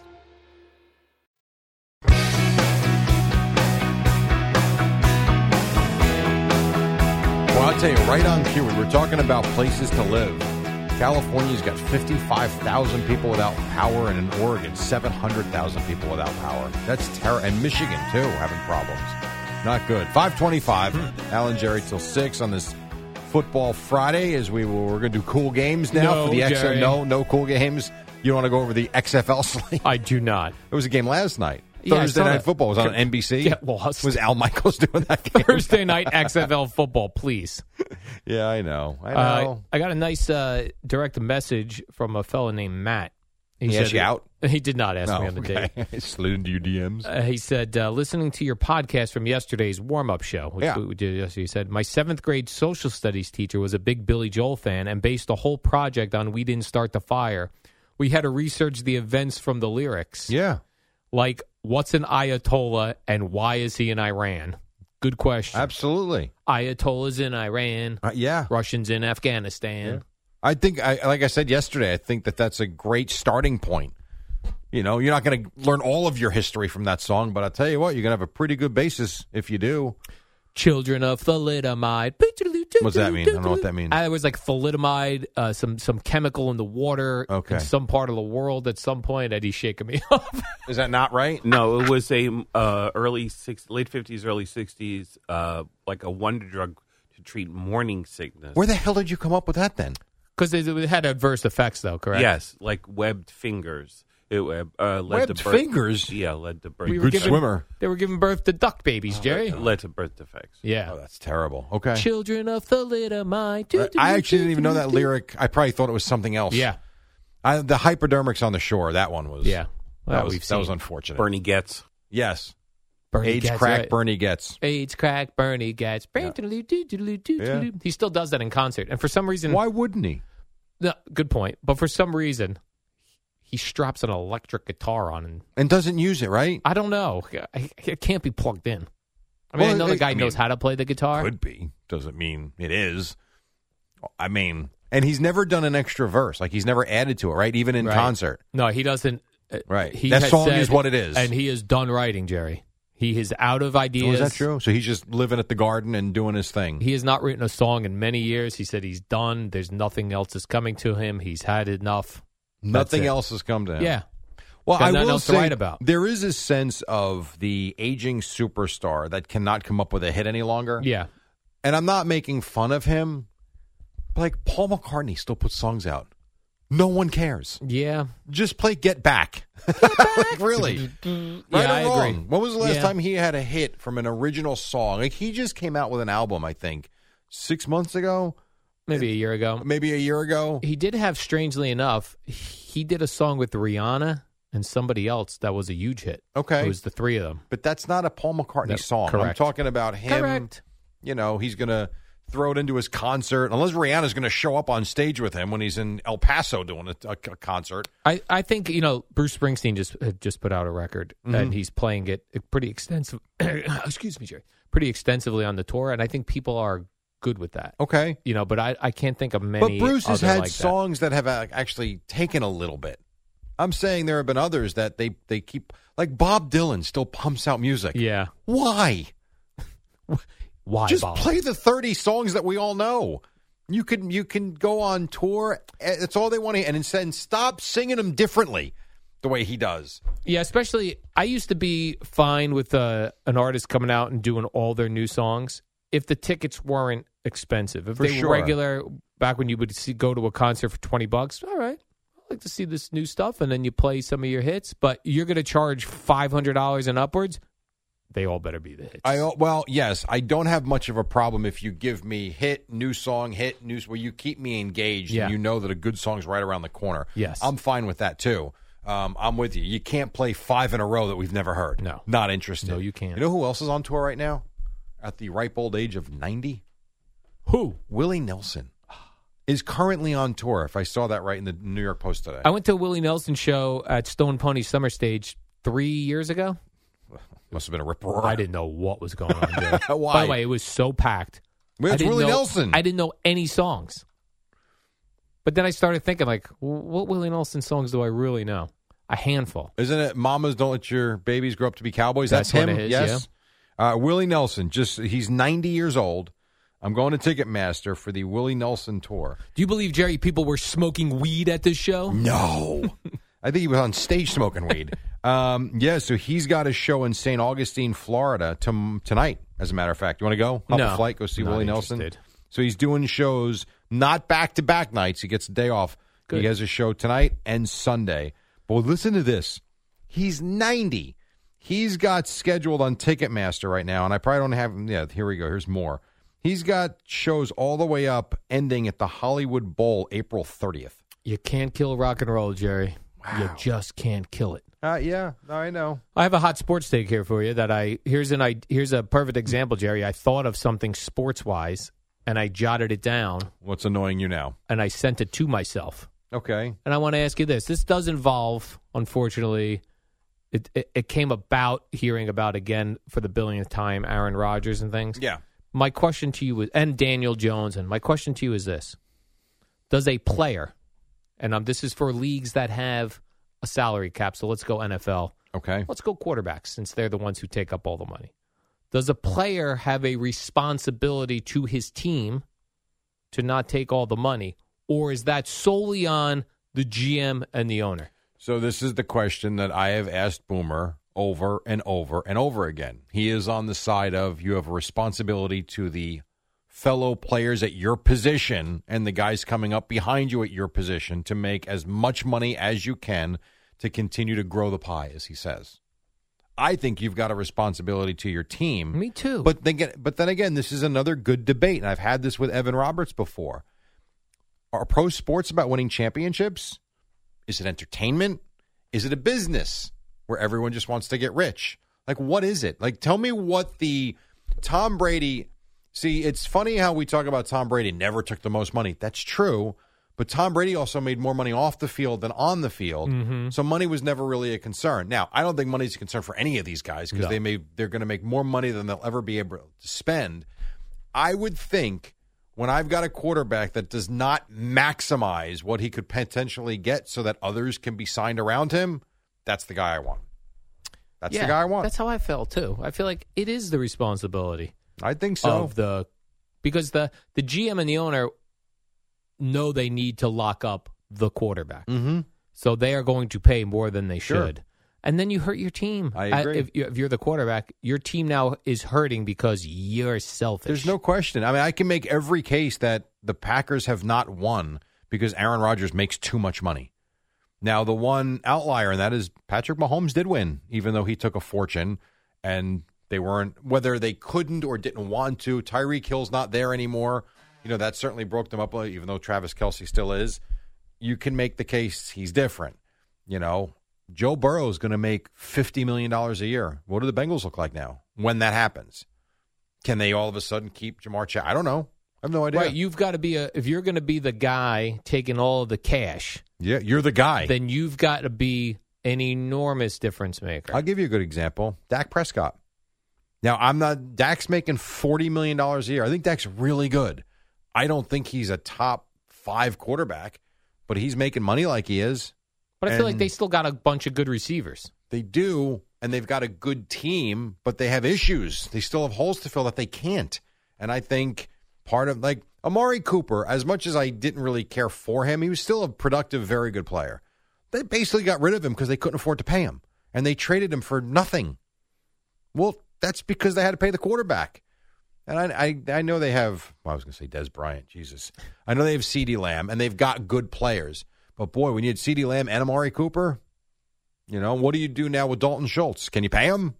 Speaker 5: Well, I'll tell you, right on cue, we were talking about places to live. California's got 55,000 people without power, and in Oregon, 700,000 people without power. That's terror. And Michigan, too, having problems. Not good. 525,
Speaker 6: Hmm.
Speaker 5: Alan Jerry till 6 on this football Friday as we will, we're going to do cool games now
Speaker 6: No,
Speaker 5: for the XFL.
Speaker 6: Jerry.
Speaker 5: No, no cool games. You want to go over the XFL slate?
Speaker 6: I do not.
Speaker 5: It was a game last night.
Speaker 6: Yeah, I
Speaker 5: Thursday
Speaker 6: saw
Speaker 5: Night
Speaker 6: that.
Speaker 5: Football was on
Speaker 6: Sure.
Speaker 5: NBC.
Speaker 6: Get lost.
Speaker 5: Was Al Michaels doing that game?
Speaker 6: Thursday night XFL football, please.
Speaker 5: Yeah, I know. I
Speaker 6: Uh,
Speaker 5: know.
Speaker 6: I got a nice uh, direct message from a fellow named Matt.
Speaker 5: He asked
Speaker 6: said-
Speaker 5: you out?
Speaker 6: He did not ask me on the date.
Speaker 5: okay. Oh, Slid into your DMs.
Speaker 6: Uh, he said, uh, listening to your podcast from yesterday's warm up show, which
Speaker 5: Yeah.
Speaker 6: we did yesterday, he said, My seventh grade social studies teacher was a big Billy Joel fan and based the whole project on We Didn't Start the Fire. We had to research the events from the lyrics,
Speaker 5: Yeah.
Speaker 6: like what's an Ayatollah and why is he in Iran? Good question.
Speaker 5: Absolutely.
Speaker 6: Ayatollah's in Iran,
Speaker 5: Uh, yeah.
Speaker 6: Russians in Afghanistan.
Speaker 5: I think, I, like I said yesterday, I think that that's a great starting point. You know, you're not going to learn all of your history from that song, but I'll tell you what, you're going to have a pretty good basis if you do.
Speaker 6: Children of thalidomide.
Speaker 5: What's that mean? I don't know what that means.
Speaker 6: I was like thalidomide, uh, some some chemical in the water
Speaker 5: Okay.
Speaker 6: in some part of the world at some point. Eddie's shaking me up.
Speaker 5: Is that not right?
Speaker 8: No, it was a uh, early six, late fifties, early sixties, uh, like a wonder drug to treat morning sickness.
Speaker 5: Where the hell did you come up with that then?
Speaker 6: Because it it had adverse effects, though, correct?
Speaker 8: Yes, like webbed fingers. It uh, uh, led
Speaker 5: Webbed
Speaker 8: to birth,
Speaker 5: fingers?
Speaker 8: Yeah, led to birth. Uh,
Speaker 6: We were
Speaker 5: Good
Speaker 6: given-
Speaker 5: swimmer.
Speaker 6: They were giving birth to duck babies, Jerry.
Speaker 8: Led to birth defects.
Speaker 6: Yeah.
Speaker 5: Oh, that's terrible. Okay.
Speaker 6: Children of thalidomide.
Speaker 5: I actually didn't even know that lyric. I probably thought it was something else.
Speaker 6: Yeah.
Speaker 5: I, the hypodermics on the shore. That one was.
Speaker 6: Yeah. Well,
Speaker 5: that was
Speaker 6: we've
Speaker 5: that was
Speaker 6: seen.
Speaker 5: unfortunate.
Speaker 8: Bernie gets.
Speaker 5: Yes.
Speaker 6: Bernie
Speaker 5: Age
Speaker 6: gets
Speaker 5: crack.
Speaker 6: it.
Speaker 5: Bernie gets.
Speaker 6: AIDS crack, Bernie gets.
Speaker 5: Yeah.
Speaker 6: He still does that in concert. And for some reason,
Speaker 5: Why wouldn't he?
Speaker 6: No, good point. But for some reason, he straps an electric guitar on, and
Speaker 5: And doesn't use it, right?
Speaker 6: I don't know. I- It can't be plugged in. I mean,
Speaker 5: Well,
Speaker 6: I know the
Speaker 5: it-
Speaker 6: guy
Speaker 5: I
Speaker 6: knows
Speaker 5: mean,
Speaker 6: how to play the guitar.
Speaker 5: Could be. Doesn't mean it is. I mean, and he's never done an extra verse. Like he's never added to it, right? Even in
Speaker 6: Right.
Speaker 5: concert.
Speaker 6: No, he doesn't. uh,
Speaker 5: Right.
Speaker 6: He
Speaker 5: That
Speaker 6: has
Speaker 5: song
Speaker 6: said-
Speaker 5: is what it is.
Speaker 6: and he is done writing, Jerry. He is out of ideas.
Speaker 5: Oh, is that true? So he's just living at the garden and doing his thing.
Speaker 6: He has not written a song in many years. He said he's done. There's nothing else that's coming to him. He's had enough.
Speaker 5: Nothing
Speaker 6: it.
Speaker 5: else has come to
Speaker 6: Yeah.
Speaker 5: him. Well,
Speaker 6: Got
Speaker 5: I
Speaker 6: nothing
Speaker 5: will
Speaker 6: else to
Speaker 5: say
Speaker 6: write about.
Speaker 5: there is a sense of the aging superstar that cannot come up with a hit any longer.
Speaker 6: Yeah.
Speaker 5: and I'm not making fun of him. But like Paul McCartney still puts songs out. No one cares.
Speaker 6: Yeah.
Speaker 5: Just play Get Back. Like, really? Right or
Speaker 6: yeah, I
Speaker 5: wrong?
Speaker 6: agree.
Speaker 5: When was the last
Speaker 6: Yeah.
Speaker 5: time he had a hit from an original song? Like he just came out with an album, I think, six months ago,
Speaker 6: Maybe a year ago.
Speaker 5: maybe a year ago.
Speaker 6: Um, He did have, strangely enough, he did a song with Rihanna and somebody else that was a huge hit.
Speaker 5: Okay.
Speaker 6: It was the three of them.
Speaker 5: But that's not a Paul McCartney
Speaker 6: That-
Speaker 5: song. I'm
Speaker 6: correct.
Speaker 5: talking about him.
Speaker 6: Correct.
Speaker 5: You know, he's going to throw it into his concert, unless Rihanna's going to show up on stage with him when he's in El Paso doing a, a concert.
Speaker 6: I, I think, you know, Bruce Springsteen just had just put out a record
Speaker 5: Mm-hmm.
Speaker 6: and he's playing it pretty extensive. excuse me, Jerry. Pretty extensively on the tour. And I think people are good with that.
Speaker 5: Okay.
Speaker 6: You know, but I, I can't think of many.
Speaker 5: Oh. But Bruce has
Speaker 6: other
Speaker 5: had
Speaker 6: like that.
Speaker 5: songs that. have uh, actually taken a little bit. I'm saying there have been others that they they keep like Bob Dylan still pumps out music.
Speaker 6: Yeah.
Speaker 5: Why?
Speaker 6: Why
Speaker 5: Just
Speaker 6: bother?
Speaker 5: play the 30 songs that we all know. You can you can go on tour. eh, That's all they want to, and instead stop singing them differently, the way he does.
Speaker 6: Yeah, especially I used to be fine with uh, an artist coming out and doing all their new songs if the tickets weren't expensive. If
Speaker 5: For
Speaker 6: they
Speaker 5: sure.
Speaker 6: were regular, back when you would see, go to a concert for twenty bucks, all right, I like to see this new stuff, and then you play some of your hits. But you're going to charge five hundred dollars and upwards. They all better be the hits.
Speaker 5: I well, yes, I don't have much of a problem if you give me hit new song, hit news where you keep me engaged
Speaker 6: Yeah.
Speaker 5: and you know that a good song's right around the corner.
Speaker 6: Yes.
Speaker 5: I'm fine with that too. Um, I'm with you. You can't play five in a row that we've never heard. No, not interested. No, you
Speaker 6: can't.
Speaker 5: You know who else is on tour right now? At the ripe old age of ninety,
Speaker 6: who
Speaker 5: Willie Nelson is currently on tour. If I saw that right in the New York Post today,
Speaker 6: I went to a Willie Nelson show at Stone Pony Summer Stage three years ago.
Speaker 5: must have been a rip roar.
Speaker 6: I didn't know what was going on there.
Speaker 5: Why?
Speaker 6: By the way, it was so packed.
Speaker 5: Well,
Speaker 6: I
Speaker 5: it's
Speaker 6: didn't
Speaker 5: Willie
Speaker 6: know-
Speaker 5: Nelson.
Speaker 6: I didn't know any songs. But then I started thinking, like, "W- what Willie Nelson songs do I really know? A handful.
Speaker 5: Isn't it Mamas Don't Let Your Babies Grow Up to Be Cowboys? That's,
Speaker 6: That's
Speaker 5: him.
Speaker 6: one of his,
Speaker 5: yes. Uh, Willie Nelson, just he's 90 years old. I'm going to Ticketmaster for the Willie Nelson tour.
Speaker 6: Do you believe, Jerry, people were smoking weed at this show?
Speaker 5: No. I think he was on stage smoking weed. um, yeah, so he's got a show in St. Augustine, Florida tom tonight, as a matter of fact. You want to go? Hop
Speaker 6: No,
Speaker 5: a flight, go see
Speaker 6: not
Speaker 5: Willie Nelson. So he's doing shows, not back to back nights. He gets a day off.
Speaker 6: Good.
Speaker 5: He has a show tonight and Sunday. But listen to this. He's 90. He's got scheduled on Ticketmaster right now, and I probably don't have. Yeah, here we go. Here's more. He's got shows all the way up, ending at the Hollywood Bowl April 30th.
Speaker 6: You can't kill rock and roll, Jerry. You just can't kill it.
Speaker 5: Uh, yeah, I know.
Speaker 6: I have a hot sports take here for you that I here's an I here's a perfect example, Jerry. I thought of something sports wise and I jotted it down
Speaker 5: What's annoying you now?
Speaker 6: and I sent it to myself.
Speaker 5: Okay.
Speaker 6: And I want to ask you this. This does involve, unfortunately, it, it, it came about hearing about again for the billionth time Aaron Rodgers and things.
Speaker 5: Yeah.
Speaker 6: My question to you is, and Daniel Jones, and my question to you is this Does a player, and um, this is for leagues that have a salary cap, so let's go NFL,
Speaker 5: Okay.
Speaker 6: let's go quarterbacks since they're the ones who take up all the money. Does a player have a responsibility to his team to not take all the money, or is that solely on the GM and the owner?
Speaker 5: So this is the question that I have asked Boomer over and over and over again. He is on the side of you have a responsibility to the fellow players at your position and the guys coming up behind you at your position to make as much money as you can to continue to grow the pie, as he says. I think you've got a responsibility to your team.
Speaker 6: Me too.
Speaker 5: Mm. But then, again- but then again, this is another good debate, and I've had this with Evan Roberts before. Are pro sports about winning championships? Is it entertainment? Is it a business where everyone just wants to get rich? Like, what is it? Like, tell me what the Tom Brady. See, it's funny how we talk about Tom Brady never took the most money. That's true. But Tom Brady also made more money off the field than on the field. So money was never really a concern. Now, I don't think money's a concern for any of these guys because
Speaker 6: No.
Speaker 5: they may they're going to make more money than they'll ever be able to spend. I would think when I've got a quarterback that does not maximize what he could potentially get so that others can be signed around him, that's the guy I want. That's the guy I want.
Speaker 6: That's how I felt too. I feel like it is the responsibility
Speaker 5: I think so.
Speaker 6: of the because the the GM and the owner know they need to lock up the quarterback.
Speaker 5: Mhm.
Speaker 6: So they are going to pay more than they
Speaker 5: Sure.
Speaker 6: should. And then you hurt your team.
Speaker 5: I
Speaker 6: Uh,
Speaker 5: agree.
Speaker 6: If, you, if you're the quarterback, your team now is hurting because you're selfish.
Speaker 5: There's no question. I mean, I can make every case that the Packers have not won because Aaron Rodgers makes too much money. Now, the one outlier, and that is Patrick Mahomes did win, even though he took a fortune and they weren't, whether they couldn't or didn't want to. Tyreek Hill's not there anymore. You know, that certainly broke them up, even though Travis Kelsey still is. You can make the case he's different. You know, Joe Burrow is going to make $50 million a year. What do the Bengals look like now when that happens? Can they all of a sudden keep Jamar Chase? I don't know. I have no idea.
Speaker 6: Right, you've got to be a if you're going to be the guy taking all of the cash,
Speaker 5: yeah, you're the guy.
Speaker 6: then you've got to be an enormous difference maker.
Speaker 5: I'll give you a good example. Dak Prescott. Now, I'm not Dak's making $40 million a year. I think Dak's really good. I don't think he's a top 5 quarterback, but he's making money like he is.
Speaker 6: but I feel like
Speaker 5: and-
Speaker 6: they still got a bunch of good receivers.
Speaker 5: They do, and they've got a good team, but they have issues. They still have holes to fill that they can't. And I think part of like Amari Cooper, as much as I didn't really care for him, he was still a productive, very good player. They basically got rid of him because they couldn't afford to pay him, and they traded him for nothing. Well, that's because they had to pay the quarterback. And I, I, I know they have. Well, I was going to say Des Bryant. Jesus, I know they have Ceedee Lamb, and they've got good players. But boy, when you had Ceedee Lamb and Amari Cooper, you know, what do you do now with Dalton Schultz? Can you pay him?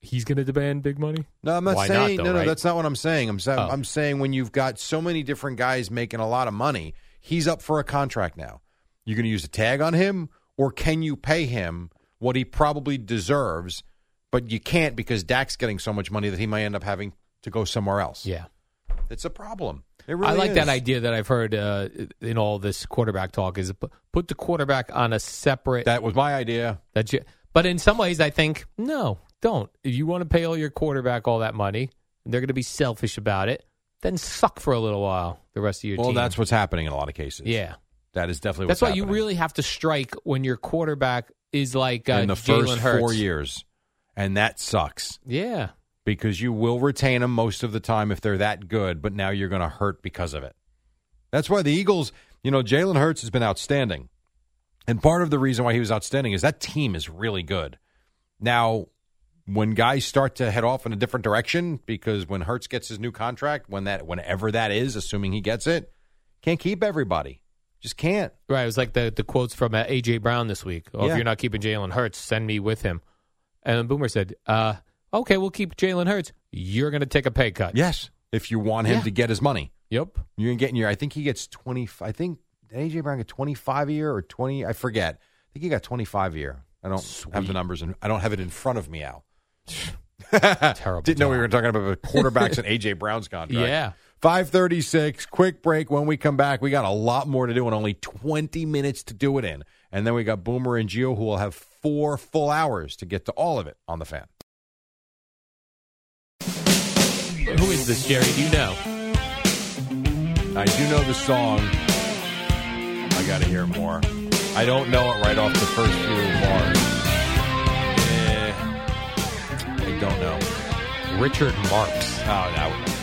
Speaker 6: He's going to demand big money.
Speaker 5: No, I'm not
Speaker 6: Why
Speaker 5: saying.
Speaker 6: not, though,
Speaker 5: no, no,
Speaker 6: right?
Speaker 5: that's not what I'm saying. I'm saying,
Speaker 6: Oh.
Speaker 5: I'm saying when you've got so many different guys making a lot of money, he's up for a contract now. You're going to use a tag on him. or can you pay him what he probably deserves, but you can't because Dak's getting so much money that he might end up having to go somewhere else?
Speaker 6: Yeah.
Speaker 5: It's a problem. It really
Speaker 6: I like
Speaker 5: is.
Speaker 6: that idea that I've heard uh, in all this quarterback talk is pu- put the quarterback on a separate.
Speaker 5: That was my idea.
Speaker 6: That you, but in some ways, I think no, don't. If you want to pay all your quarterback all that money, and they're going to be selfish about it. Then suck for a little while. The rest of your
Speaker 5: Well,
Speaker 6: team.
Speaker 5: that's what's happening in a lot of cases.
Speaker 6: yeah.
Speaker 5: That is definitely
Speaker 6: That's
Speaker 5: what's
Speaker 6: why you
Speaker 5: happening.
Speaker 6: really have to strike when your quarterback is like uh,
Speaker 5: in the
Speaker 6: Jalen
Speaker 5: first
Speaker 6: Hurts.
Speaker 5: four years, and that sucks
Speaker 6: Yeah,
Speaker 5: because you will retain them most of the time if they're that good, but now you're going to hurt because of it. That's why the Eagles, you know, Jalen Hurts has been outstanding, and part of the reason why he was outstanding is that team is really good. Now, when guys start to head off in a different direction, because when Hurts gets his new contract, when that, whenever that is, assuming he gets it, can't keep everybody, just can't.
Speaker 6: right. It was like the the quotes from uh, AJ Brown this week. Oh,
Speaker 5: Yeah.
Speaker 6: if you're not keeping Jalen Hurts, send me with him. And Boomer said, uh, "Okay, we'll keep Jalen Hurts. You're going to take a pay cut."
Speaker 5: Yes, if you want him
Speaker 6: Yeah.
Speaker 5: to get his money.
Speaker 6: Yep.
Speaker 5: You're getting your. I think he gets twenty. I think did AJ Brown get twenty five a year or twenty. I forget. I think he got twenty five a year. I don't have the numbers and I don't have it in front of me. Al.
Speaker 6: Terrible.
Speaker 5: Didn't know we were talking about quarterbacks and AJ Brown's contract.
Speaker 6: Yeah.
Speaker 5: Five thirty six. Quick break. When we come back, we got a lot more to do and only twenty minutes to do it in. And then we got Boomer and Geo who will have four full hours to get to all of it on the fan.
Speaker 6: Who is this, Jerry? Do you know?
Speaker 5: I do know the song. I got to hear more. I don't know it right off the first few bars. Eh, I don't know.
Speaker 6: Richard Marks.
Speaker 5: Oh, that would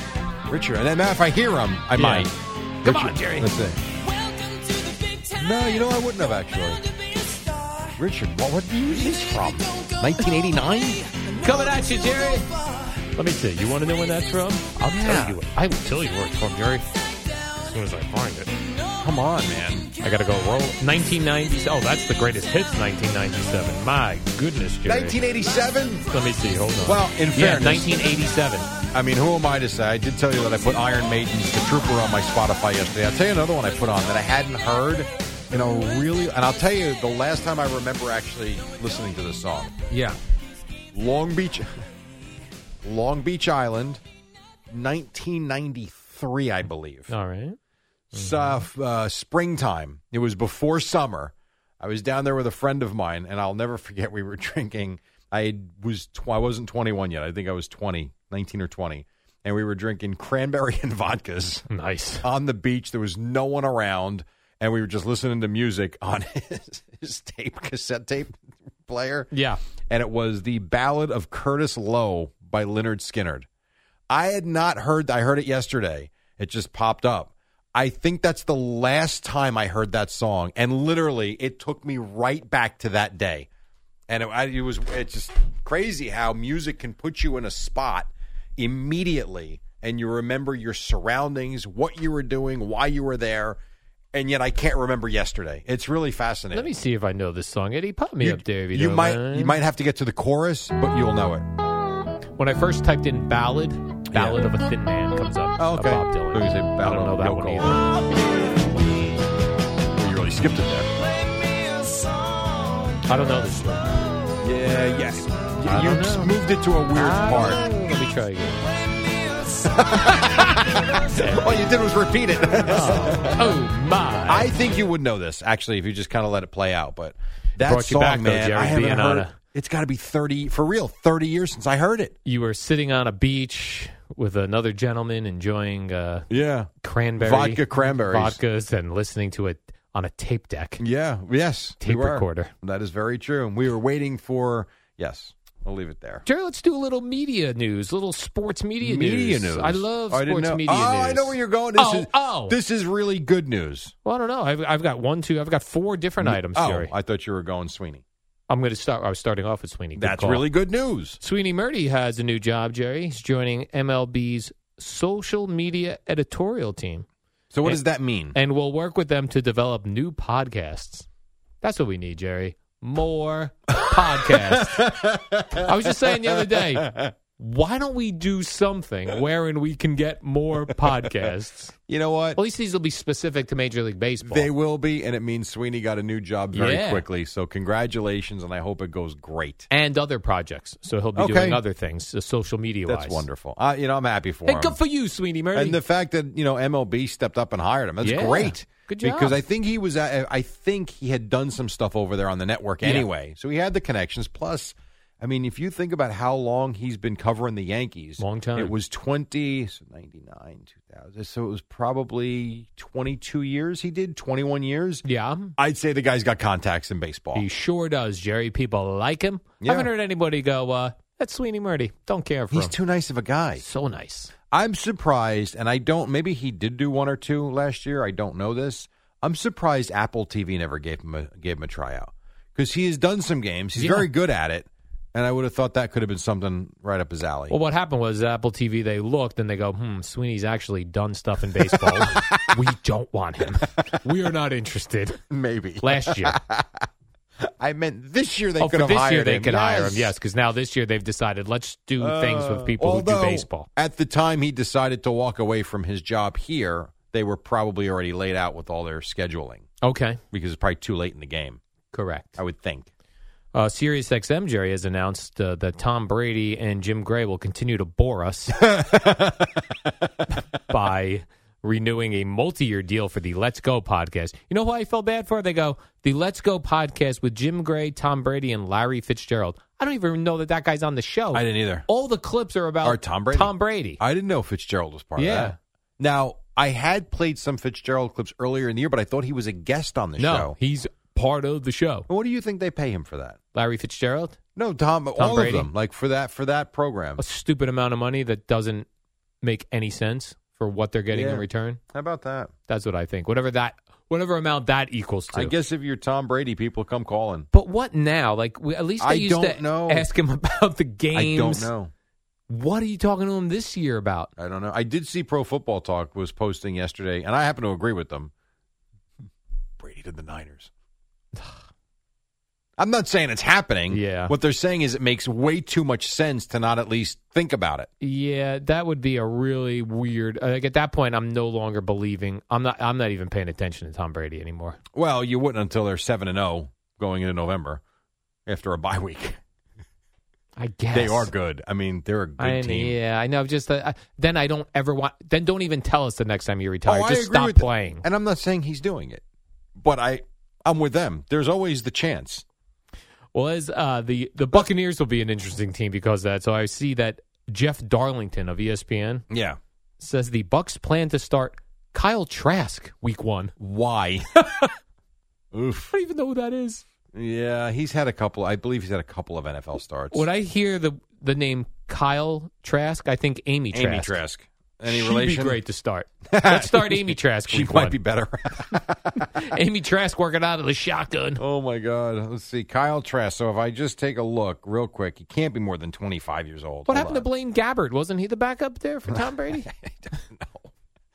Speaker 5: Richard. And then if I hear him, I might.
Speaker 6: Come
Speaker 5: Richard,
Speaker 6: on, Jerry.
Speaker 5: Let's see. No, you know I wouldn't have actually. Richard, what what year is this from? 1989.
Speaker 6: Coming at you, Jerry. Let me see. You want to know when that's from? I'll
Speaker 5: Yeah.
Speaker 6: tell you. I will tell you where it's from, Jerry. As soon as I find it.
Speaker 5: Come on, man.
Speaker 6: I gotta go roll. 1990s. Oh, that's the greatest hits. 1997. My goodness, Jerry.
Speaker 5: 1987.
Speaker 6: Let me see. Hold on.
Speaker 5: Well, in
Speaker 6: yeah,
Speaker 5: fairness-
Speaker 6: 1987.
Speaker 5: I mean, who am I to say? I did tell you that I put Iron Maiden's The Trooper on my Spotify yesterday. I'll tell you another one I put on that I hadn't heard in a really. And I'll tell you the last time I remember actually listening to this song
Speaker 6: Yeah.
Speaker 5: Long Beach, Long Beach Island, 1993, I believe.
Speaker 6: All right.
Speaker 5: It's, uh, f- uh, springtime. It was before summer. I was down there with a friend of mine, and I'll never forget. We were drinking. I was tw- I wasn't 21 yet. I think I was 20, 19 or 20, and we were drinking cranberry and vodkas
Speaker 6: Nice.
Speaker 5: on the beach. There was no one around, and we were just listening to music on his, his tape cassette tape player
Speaker 6: Yeah.
Speaker 5: and it was the Ballad of Curtis Lowe by Leonard Skinnard. I had not heard I heard it yesterday. It just popped up. I think that's the last time I heard that song and literally it took me right back to that day. And it, I, it was it's just crazy how music can put you in a spot immediately and you remember your surroundings, what you were doing, why you were there, and yet I can't remember yesterday. It's really fascinating.
Speaker 6: Let me see if I know this song. Eddie, pop me
Speaker 5: You-
Speaker 6: up there if you,
Speaker 5: you
Speaker 6: don't
Speaker 5: might
Speaker 6: mind.
Speaker 5: you might have to get to the chorus, but you'll know it.
Speaker 6: When I first typed in ballad, ballad of a thin man comes up.
Speaker 5: Oh,
Speaker 6: of
Speaker 5: okay.
Speaker 6: Bob
Speaker 5: I was
Speaker 6: Dylan.
Speaker 5: gonna say
Speaker 6: I
Speaker 5: Ballad
Speaker 6: don't know
Speaker 5: of
Speaker 6: that
Speaker 5: Yoko Ono.
Speaker 6: one either.
Speaker 5: Well, you really skipped it there.
Speaker 6: I don't know this one.
Speaker 5: Yeah, yes.
Speaker 6: I
Speaker 5: You,
Speaker 6: don't
Speaker 5: just
Speaker 6: know.
Speaker 5: moved it to a weird
Speaker 6: I
Speaker 5: part.
Speaker 6: don't know. Let me try again.
Speaker 5: All you did was repeat it.
Speaker 6: Oh my!
Speaker 5: I think you would know this actually if you just kind of let it play out. But that
Speaker 6: Brought you
Speaker 5: song,
Speaker 6: back, though,
Speaker 5: man,
Speaker 6: Jerry,
Speaker 5: I haven't
Speaker 6: being
Speaker 5: heard.
Speaker 6: on a-
Speaker 5: It's got to be thirty for real. Thirty years since I heard it.
Speaker 6: you were sitting on a beach with another gentleman enjoying uh,
Speaker 5: Yeah.
Speaker 6: cranberry
Speaker 5: Vodka cranberries.
Speaker 6: vodkas and listening to it on a tape deck.
Speaker 5: Yeah. Yes.
Speaker 6: Tape
Speaker 5: we were.
Speaker 6: recorder.
Speaker 5: That is very true. And we were waiting for. Yes. I'll leave it there.
Speaker 6: Jerry, let's do a little media news, little sports media,
Speaker 5: media
Speaker 6: news.
Speaker 5: news.
Speaker 6: I love
Speaker 5: Oh,
Speaker 6: sports
Speaker 5: didn't know.
Speaker 6: media
Speaker 5: oh,
Speaker 6: news.
Speaker 5: I know where you're going. This
Speaker 6: oh,
Speaker 5: is
Speaker 6: oh.
Speaker 5: this is really good news.
Speaker 6: well, I don't know. I've, I've got one, two. I've got four different items,
Speaker 5: oh,
Speaker 6: Jerry.
Speaker 5: I thought you were going Sweeney.
Speaker 6: I'm going to start. I was starting off with Sweeney. Good
Speaker 5: That's
Speaker 6: call.
Speaker 5: really good news.
Speaker 6: Sweeney Murdy has a new job, Jerry. He's joining MLB's social media editorial team
Speaker 5: So what
Speaker 6: And-
Speaker 5: does that mean?
Speaker 6: and will work with them to develop new podcasts. That's what we need, Jerry. More podcasts. I was just saying the other day, why don't we do something wherein we can get more podcasts?
Speaker 5: You know what?
Speaker 6: At least these will be specific to Major League Baseball.
Speaker 5: They will be, and it means Sweeney got a new job very
Speaker 6: Yeah.
Speaker 5: quickly. So congratulations, and I hope it goes great.
Speaker 6: and other projects. So he'll be
Speaker 5: Okay.
Speaker 6: doing other things, uh, social media
Speaker 5: That's
Speaker 6: wise.
Speaker 5: wonderful. I, you know, I'm happy for
Speaker 6: Hey,
Speaker 5: him.
Speaker 6: good for you, Sweeney Murray.
Speaker 5: and the fact that you know MLB stepped up and hired him, that's
Speaker 6: Yeah.
Speaker 5: great.
Speaker 6: Good job.
Speaker 5: Because I think he was, at- uh, I think he had done some stuff over there on the network
Speaker 6: Yeah.
Speaker 5: anyway, so he had the connections. Plus, I mean, if you think about how long he's been covering the Yankees,
Speaker 6: Long time.
Speaker 5: It was twenty, so ninety nine, two thousand. So it was probably twenty two years. He did twenty one years.
Speaker 6: yeah,
Speaker 5: I'd say the guy's got contacts in baseball.
Speaker 6: he sure does, Jerry. People like him.
Speaker 5: Yeah.
Speaker 6: I haven't heard anybody go, uh, that's Sweeney Murray. Don't care for
Speaker 5: He's
Speaker 6: him.
Speaker 5: too nice of a guy.
Speaker 6: so nice.
Speaker 5: I'm surprised, and I don't. Maybe he did do one or two last year. I don't know this. I'm surprised Apple TV never gave him a, gave him a tryout because he has done some games. He's
Speaker 6: Yeah.
Speaker 5: very good at it, and I would have thought that could have been something right up his alley.
Speaker 6: Well, what happened was Apple TV, they looked and they go, hmm, Sweeney's actually done stuff in baseball. we don't want him. We are not interested.
Speaker 5: Maybe
Speaker 6: Last year.
Speaker 5: I meant this year they
Speaker 6: oh,
Speaker 5: could
Speaker 6: for
Speaker 5: have
Speaker 6: this
Speaker 5: hired
Speaker 6: year, they
Speaker 5: him.
Speaker 6: could
Speaker 5: yes. Uh,
Speaker 6: hire him, yes, because now this year they've decided let's do things with people
Speaker 5: Although,
Speaker 6: who do baseball.
Speaker 5: At the time he decided to walk away from his job here, they were probably already laid out with all their scheduling
Speaker 6: Okay,
Speaker 5: because it's probably too late in the game.
Speaker 6: correct.
Speaker 5: I would think.
Speaker 6: Uh, Sirius XM Jerry has announced uh, that Tom Brady and Jim Gray will continue to bore us by renewing a multi-year deal for the Let's Go podcast. You know who I felt bad for? They go the Let's Go podcast with Jim Gray, Tom Brady, and Larry Fitzgerald. I don't even know that that guy's on the show.
Speaker 5: I didn't either.
Speaker 6: All the clips are about
Speaker 5: Or Tom Brady.
Speaker 6: Tom Brady.
Speaker 5: I didn't know Fitzgerald was part
Speaker 6: Yeah.
Speaker 5: of that. Now, I had played some Fitzgerald clips earlier in the year, but I thought he was a guest on the
Speaker 6: no,
Speaker 5: show.
Speaker 6: he's part of the show.
Speaker 5: What do you think they pay him for that?
Speaker 6: Larry Fitzgerald.
Speaker 5: No, Tom, all
Speaker 6: Brady?
Speaker 5: of them, like for that for that program.
Speaker 6: A stupid amount of money that doesn't make any sense for what they're getting
Speaker 5: Yeah.
Speaker 6: in return.
Speaker 5: How about that?
Speaker 6: That's what I think. Whatever that, whatever amount that equals to.
Speaker 5: I guess if you're Tom Brady, people come calling.
Speaker 6: But what now? Like we, at least
Speaker 5: I
Speaker 6: they used
Speaker 5: don't
Speaker 6: to
Speaker 5: know.
Speaker 6: ask him about the games.
Speaker 5: I don't know.
Speaker 6: What are you talking to him this year about?
Speaker 5: I don't know. I did see Pro Football Talk was posting yesterday, and I happen to agree with them. Brady to the Niners. I'm not saying it's happening.
Speaker 6: Yeah.
Speaker 5: What they're saying is it makes way too much sense to not at least think about it.
Speaker 6: Yeah, that would be a really weird. Like at that point, I'm no longer believing. I'm not. I'm not even paying attention to Tom Brady anymore.
Speaker 5: Well, you wouldn't until they're seven and zero going into November after a bye week.
Speaker 6: I guess
Speaker 5: They are good. I mean, they're a good
Speaker 6: I,
Speaker 5: team.
Speaker 6: Yeah, I know. Just uh, I- then, I don't ever want. Then don't even tell us the next time you
Speaker 5: Oh,
Speaker 6: retire.
Speaker 5: I
Speaker 6: Just
Speaker 5: agree
Speaker 6: stop
Speaker 5: with th-
Speaker 6: playing.
Speaker 5: and I'm not saying he's doing it, but I I'm with them. There's always the chance.
Speaker 6: Well, as uh, the the Buccaneers will be an interesting team because of that. So I see that Jeff Darlington of E ESPN
Speaker 5: Yeah.
Speaker 6: says the Bucks plan to start Kyle Trask week one.
Speaker 5: Why? Oof.
Speaker 6: I don't even know who that is.
Speaker 5: Yeah, he's had a couple. I believe he's had a couple of NFL starts.
Speaker 6: When I hear the the name Kyle Trask, I think Amy Trask.
Speaker 5: Amy Trask. Any
Speaker 6: She'd
Speaker 5: relation?
Speaker 6: be great to start. Let's start Amy Trask.
Speaker 5: She
Speaker 6: week
Speaker 5: might
Speaker 6: one.
Speaker 5: be better.
Speaker 6: Amy Trask working out of the shotgun.
Speaker 5: oh my God! Let's see, Kyle Trask. So if I just take a look real quick, he can't be more than 25 years old.
Speaker 6: What
Speaker 5: Hold
Speaker 6: happened to
Speaker 5: on.
Speaker 6: Blaine Gabbert? Wasn't he the backup there for Tom Brady?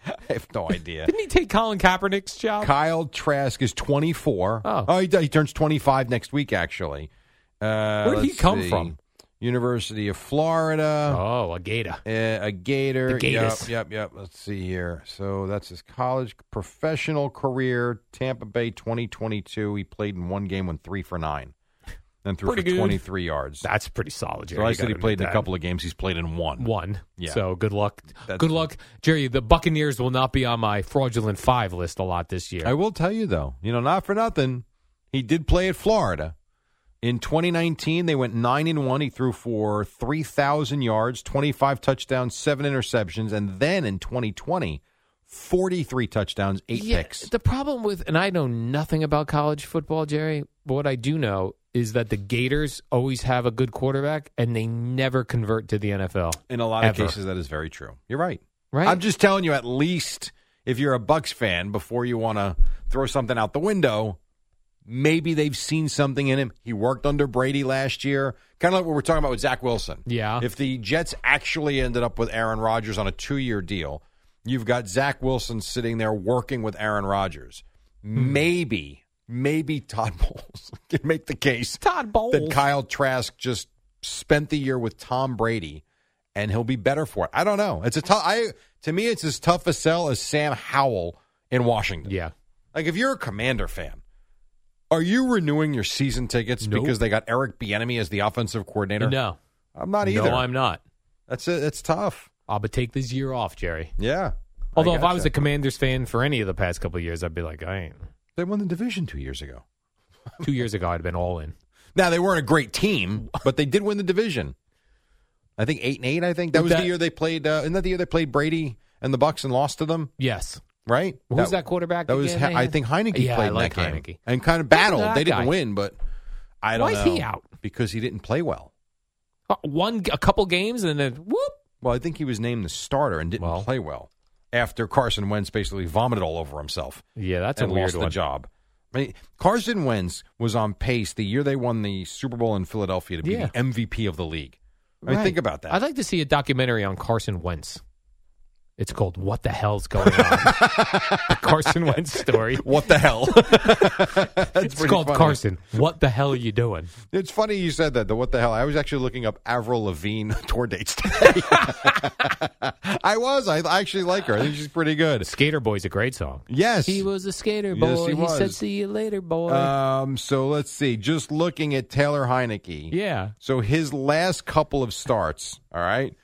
Speaker 5: I have no idea.
Speaker 6: Didn't he take Colin Kaepernick's job?
Speaker 5: Kyle Trask is 24.
Speaker 6: Oh.
Speaker 5: he, he turns 25 next week, actually. Uh,
Speaker 6: Where'd he
Speaker 5: let's
Speaker 6: come
Speaker 5: see.
Speaker 6: from?
Speaker 5: University of Florida.
Speaker 6: oh, a Gator.
Speaker 5: Uh, a Gator.
Speaker 6: The Gators.
Speaker 5: Yep, yep, yep. Let's see here. So that's his college professional career, Tampa Bay 2022. He played in one game, went three for nine, then threw
Speaker 6: Pretty
Speaker 5: for
Speaker 6: good.
Speaker 5: 23 yards.
Speaker 6: That's pretty solid.
Speaker 5: so
Speaker 6: Jerry.
Speaker 5: I
Speaker 6: You
Speaker 5: said
Speaker 6: gotta
Speaker 5: he played in
Speaker 6: admit
Speaker 5: a
Speaker 6: that.
Speaker 5: couple of games. He's played in one.
Speaker 6: One.
Speaker 5: Yeah.
Speaker 6: So good luck.
Speaker 5: That's-
Speaker 6: good luck, Jerry. The Buccaneers will not be on my fraudulent five list a lot this year.
Speaker 5: I will tell you though, you know, not for nothing, he did play at Florida. In 2019, they went nine and one. He threw for 3,000 yards, 25 touchdowns, seven interceptions, and then in 2020, 43 touchdowns, eight
Speaker 6: Yeah,
Speaker 5: picks.
Speaker 6: The problem with, and I know nothing about college football, Jerry, but what I do know is that the Gators always have a good quarterback and they never convert to the NFL.
Speaker 5: In a lot of
Speaker 6: Ever.
Speaker 5: cases, that is very true. You're right.
Speaker 6: Right?
Speaker 5: I'm just telling you, at least if you're a Bucks fan, before you want to throw something out the window, maybe they've seen something in him. He worked under Brady last year, kind of like what we're talking about with Zach Wilson.
Speaker 6: Yeah.
Speaker 5: If the Jets actually ended up with Aaron Rodgers on a two year deal, you've got Zach Wilson sitting there working with Aaron Rodgers.
Speaker 6: Hmm.
Speaker 5: Maybe, maybe Todd Bowles can make the case
Speaker 6: Todd Bowles.
Speaker 5: that Kyle Trask just spent the year with Tom Brady and he'll be better for it. I don't know. It's a tough. I to me, it's as tough a sell as Sam Howell in Washington.
Speaker 6: Yeah.
Speaker 5: Like if you're a Commander fan, are you renewing your season tickets
Speaker 6: Nope.
Speaker 5: because they got Eric Bieniemy as the offensive coordinator?
Speaker 6: No.
Speaker 5: I'm not either.
Speaker 6: No, I'm not.
Speaker 5: That's it. It's tough.
Speaker 6: I'll but take this year off, Jerry.
Speaker 5: Yeah.
Speaker 6: Although if I
Speaker 5: gotcha.
Speaker 6: was a Commanders fan for any of the past couple of years, I'd be like, I ain't.
Speaker 5: they won the division two years ago.
Speaker 6: Two years ago, I'd have been all in.
Speaker 5: Now they weren't a great team, but they did win the division. I think eight and eight. I think that
Speaker 6: But
Speaker 5: was
Speaker 6: that-
Speaker 5: the year they played. Uh, isn't that the year they played Brady and the Bucks and lost to them?
Speaker 6: Yes.
Speaker 5: Right?
Speaker 6: Who's that, quarterback?
Speaker 5: That was
Speaker 6: again they
Speaker 5: I
Speaker 6: had?
Speaker 5: think Heineke
Speaker 6: yeah,
Speaker 5: played
Speaker 6: I like
Speaker 5: in that game
Speaker 6: Heineke.
Speaker 5: and kind of battled.
Speaker 6: Look at
Speaker 5: They
Speaker 6: that
Speaker 5: didn't
Speaker 6: guy.
Speaker 5: win, but I don't
Speaker 6: Why
Speaker 5: know
Speaker 6: is he out?
Speaker 5: because he didn't play well.
Speaker 6: Uh, One, a couple games, and then whoop.
Speaker 5: Well, I think he was named the starter and didn't play well after Carson Wentz basically vomited all over himself.
Speaker 6: Yeah, that's
Speaker 5: and
Speaker 6: a weird
Speaker 5: lost
Speaker 6: one.
Speaker 5: the job. I mean, Carson Wentz was on pace the year they won the Super Bowl in Philadelphia to be
Speaker 6: Yeah.
Speaker 5: the MVP of the league. I mean,
Speaker 6: Right.
Speaker 5: think about that.
Speaker 6: I'd like to see a documentary on Carson Wentz. It's called "What the Hell's Going On." The Carson Wentz story.
Speaker 5: What the hell?
Speaker 6: it's called Carson. What the hell are you doing?
Speaker 5: It's funny you said that. The what the hell? I was actually looking up Avril Lavigne tour dates today. I was. I I actually like her. I think she's pretty good.
Speaker 6: Skater Boy's a great song.
Speaker 5: Yes.
Speaker 6: He Uh, was a skater boy.
Speaker 5: Yes, he was.
Speaker 6: said, "See you later, boy."
Speaker 5: Um. So let's see. Just looking at Taylor Heineke.
Speaker 6: yeah.
Speaker 5: So his last couple of starts, all right,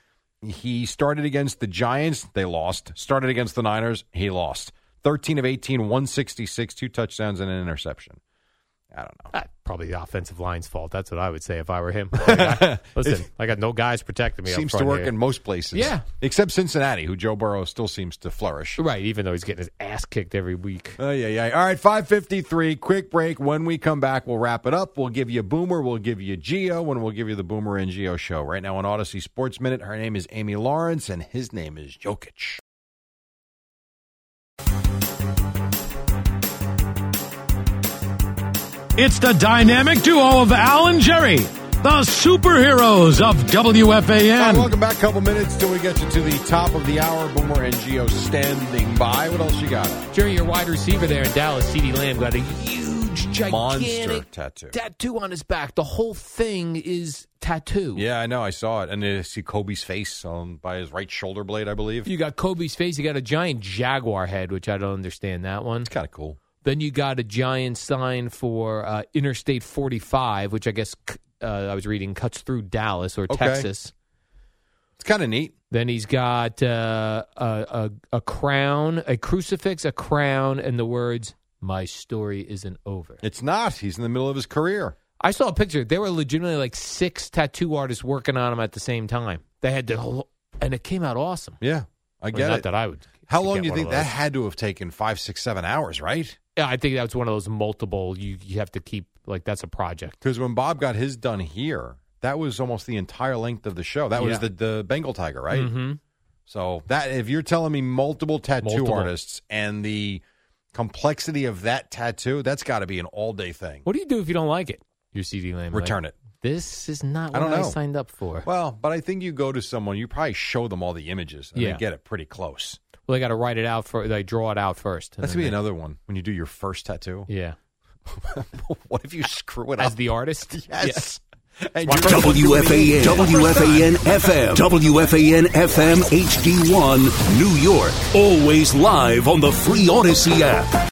Speaker 5: he started against the Giants, they lost. Started against the Niners, he lost. 13 of 18, 166, two touchdowns and an interception. I don't know.
Speaker 6: Ah, Probably the offensive line's fault. That's what I would say if I were him. Like, I- listen, I got no guys protecting me. up
Speaker 5: seems to
Speaker 6: front
Speaker 5: work
Speaker 6: here.
Speaker 5: in most places.
Speaker 6: Yeah.
Speaker 5: Except Cincinnati, who Joe Burrow still seems to flourish.
Speaker 6: right, even though he's getting his ass kicked every week.
Speaker 5: Oh, yeah, yeah. All right, 553, quick break. When we come back, we'll wrap it up. We'll give you Boomer, we'll give you Geo, and we'll give you the Boomer and Geo show. Right now on Odyssey Sports Minute, her name is Amy Lawrence, and his name is Jokic.
Speaker 4: It's the dynamic duo of Al and Jerry, the superheroes of
Speaker 5: All right,
Speaker 4: WFAN.
Speaker 5: welcome back. Couple minutes till we get you to the top of the hour. Boomer and Geo standing by. What else you got?
Speaker 6: Jerry, your wide receiver there in Dallas, CeeDee Lamb, got a huge, gigantic
Speaker 5: Monster tattoo.
Speaker 6: tattoo on his back. The whole thing is tattoo.
Speaker 5: Yeah, I know. I saw it, and I see Kobe's face um, by his right shoulder blade, I believe.
Speaker 6: You got Kobe's face. You got a giant jaguar head, which I don't understand that one.
Speaker 5: Kind of cool.
Speaker 6: Then you got a giant sign for uh, Interstate 45, which I guess c- uh, I was reading cuts through Dallas or
Speaker 5: Okay.
Speaker 6: Texas.
Speaker 5: It's kind of neat.
Speaker 6: Then he's got uh, a, a, a crown, a crucifix, a crown, and the words, My story isn't over.
Speaker 5: It's not. He's in the middle of his career.
Speaker 6: I saw a picture. There were legitimately like six tattoo artists working on him at the same time. They had the whole, and it came out awesome.
Speaker 5: Yeah, I
Speaker 6: Well,
Speaker 5: get
Speaker 6: not
Speaker 5: it.
Speaker 6: that I would.
Speaker 5: How
Speaker 6: get
Speaker 5: long do you
Speaker 6: one of
Speaker 5: think that
Speaker 6: those.
Speaker 5: had to have taken? Five, six, seven hours, right?
Speaker 6: Yeah, I think that's one of those multiple. You you have to keep like that's a project.
Speaker 5: Because when Bob got his done here, that was almost the entire length of the show. That was
Speaker 6: Yeah.
Speaker 5: the, the Bengal Tiger, right?
Speaker 6: Mm-hmm.
Speaker 5: So that if you're telling me multiple tattoo
Speaker 6: Multiple.
Speaker 5: artists and the complexity of that tattoo, that's got to be an all day thing.
Speaker 6: What do you do if you don't like it? Your CD Lamb.
Speaker 5: Return it.
Speaker 6: This is not
Speaker 5: I
Speaker 6: what I,
Speaker 5: don't know.
Speaker 6: signed up for. Well,
Speaker 5: Well, but I think you go to someone, you probably show them all the images and
Speaker 6: Yeah.
Speaker 5: they get it pretty close.
Speaker 6: they got to write it out for. They draw it out first. and
Speaker 5: That's
Speaker 6: then
Speaker 5: gonna be
Speaker 6: they-
Speaker 5: another one when you do your first tattoo.
Speaker 6: Yeah,
Speaker 5: what if you screw it
Speaker 6: as
Speaker 5: up?
Speaker 6: the artist.
Speaker 5: yes. And you're-
Speaker 2: WFAN, WFAN FM, WFAN FM HD1, New York. Always live on the free Odyssey app.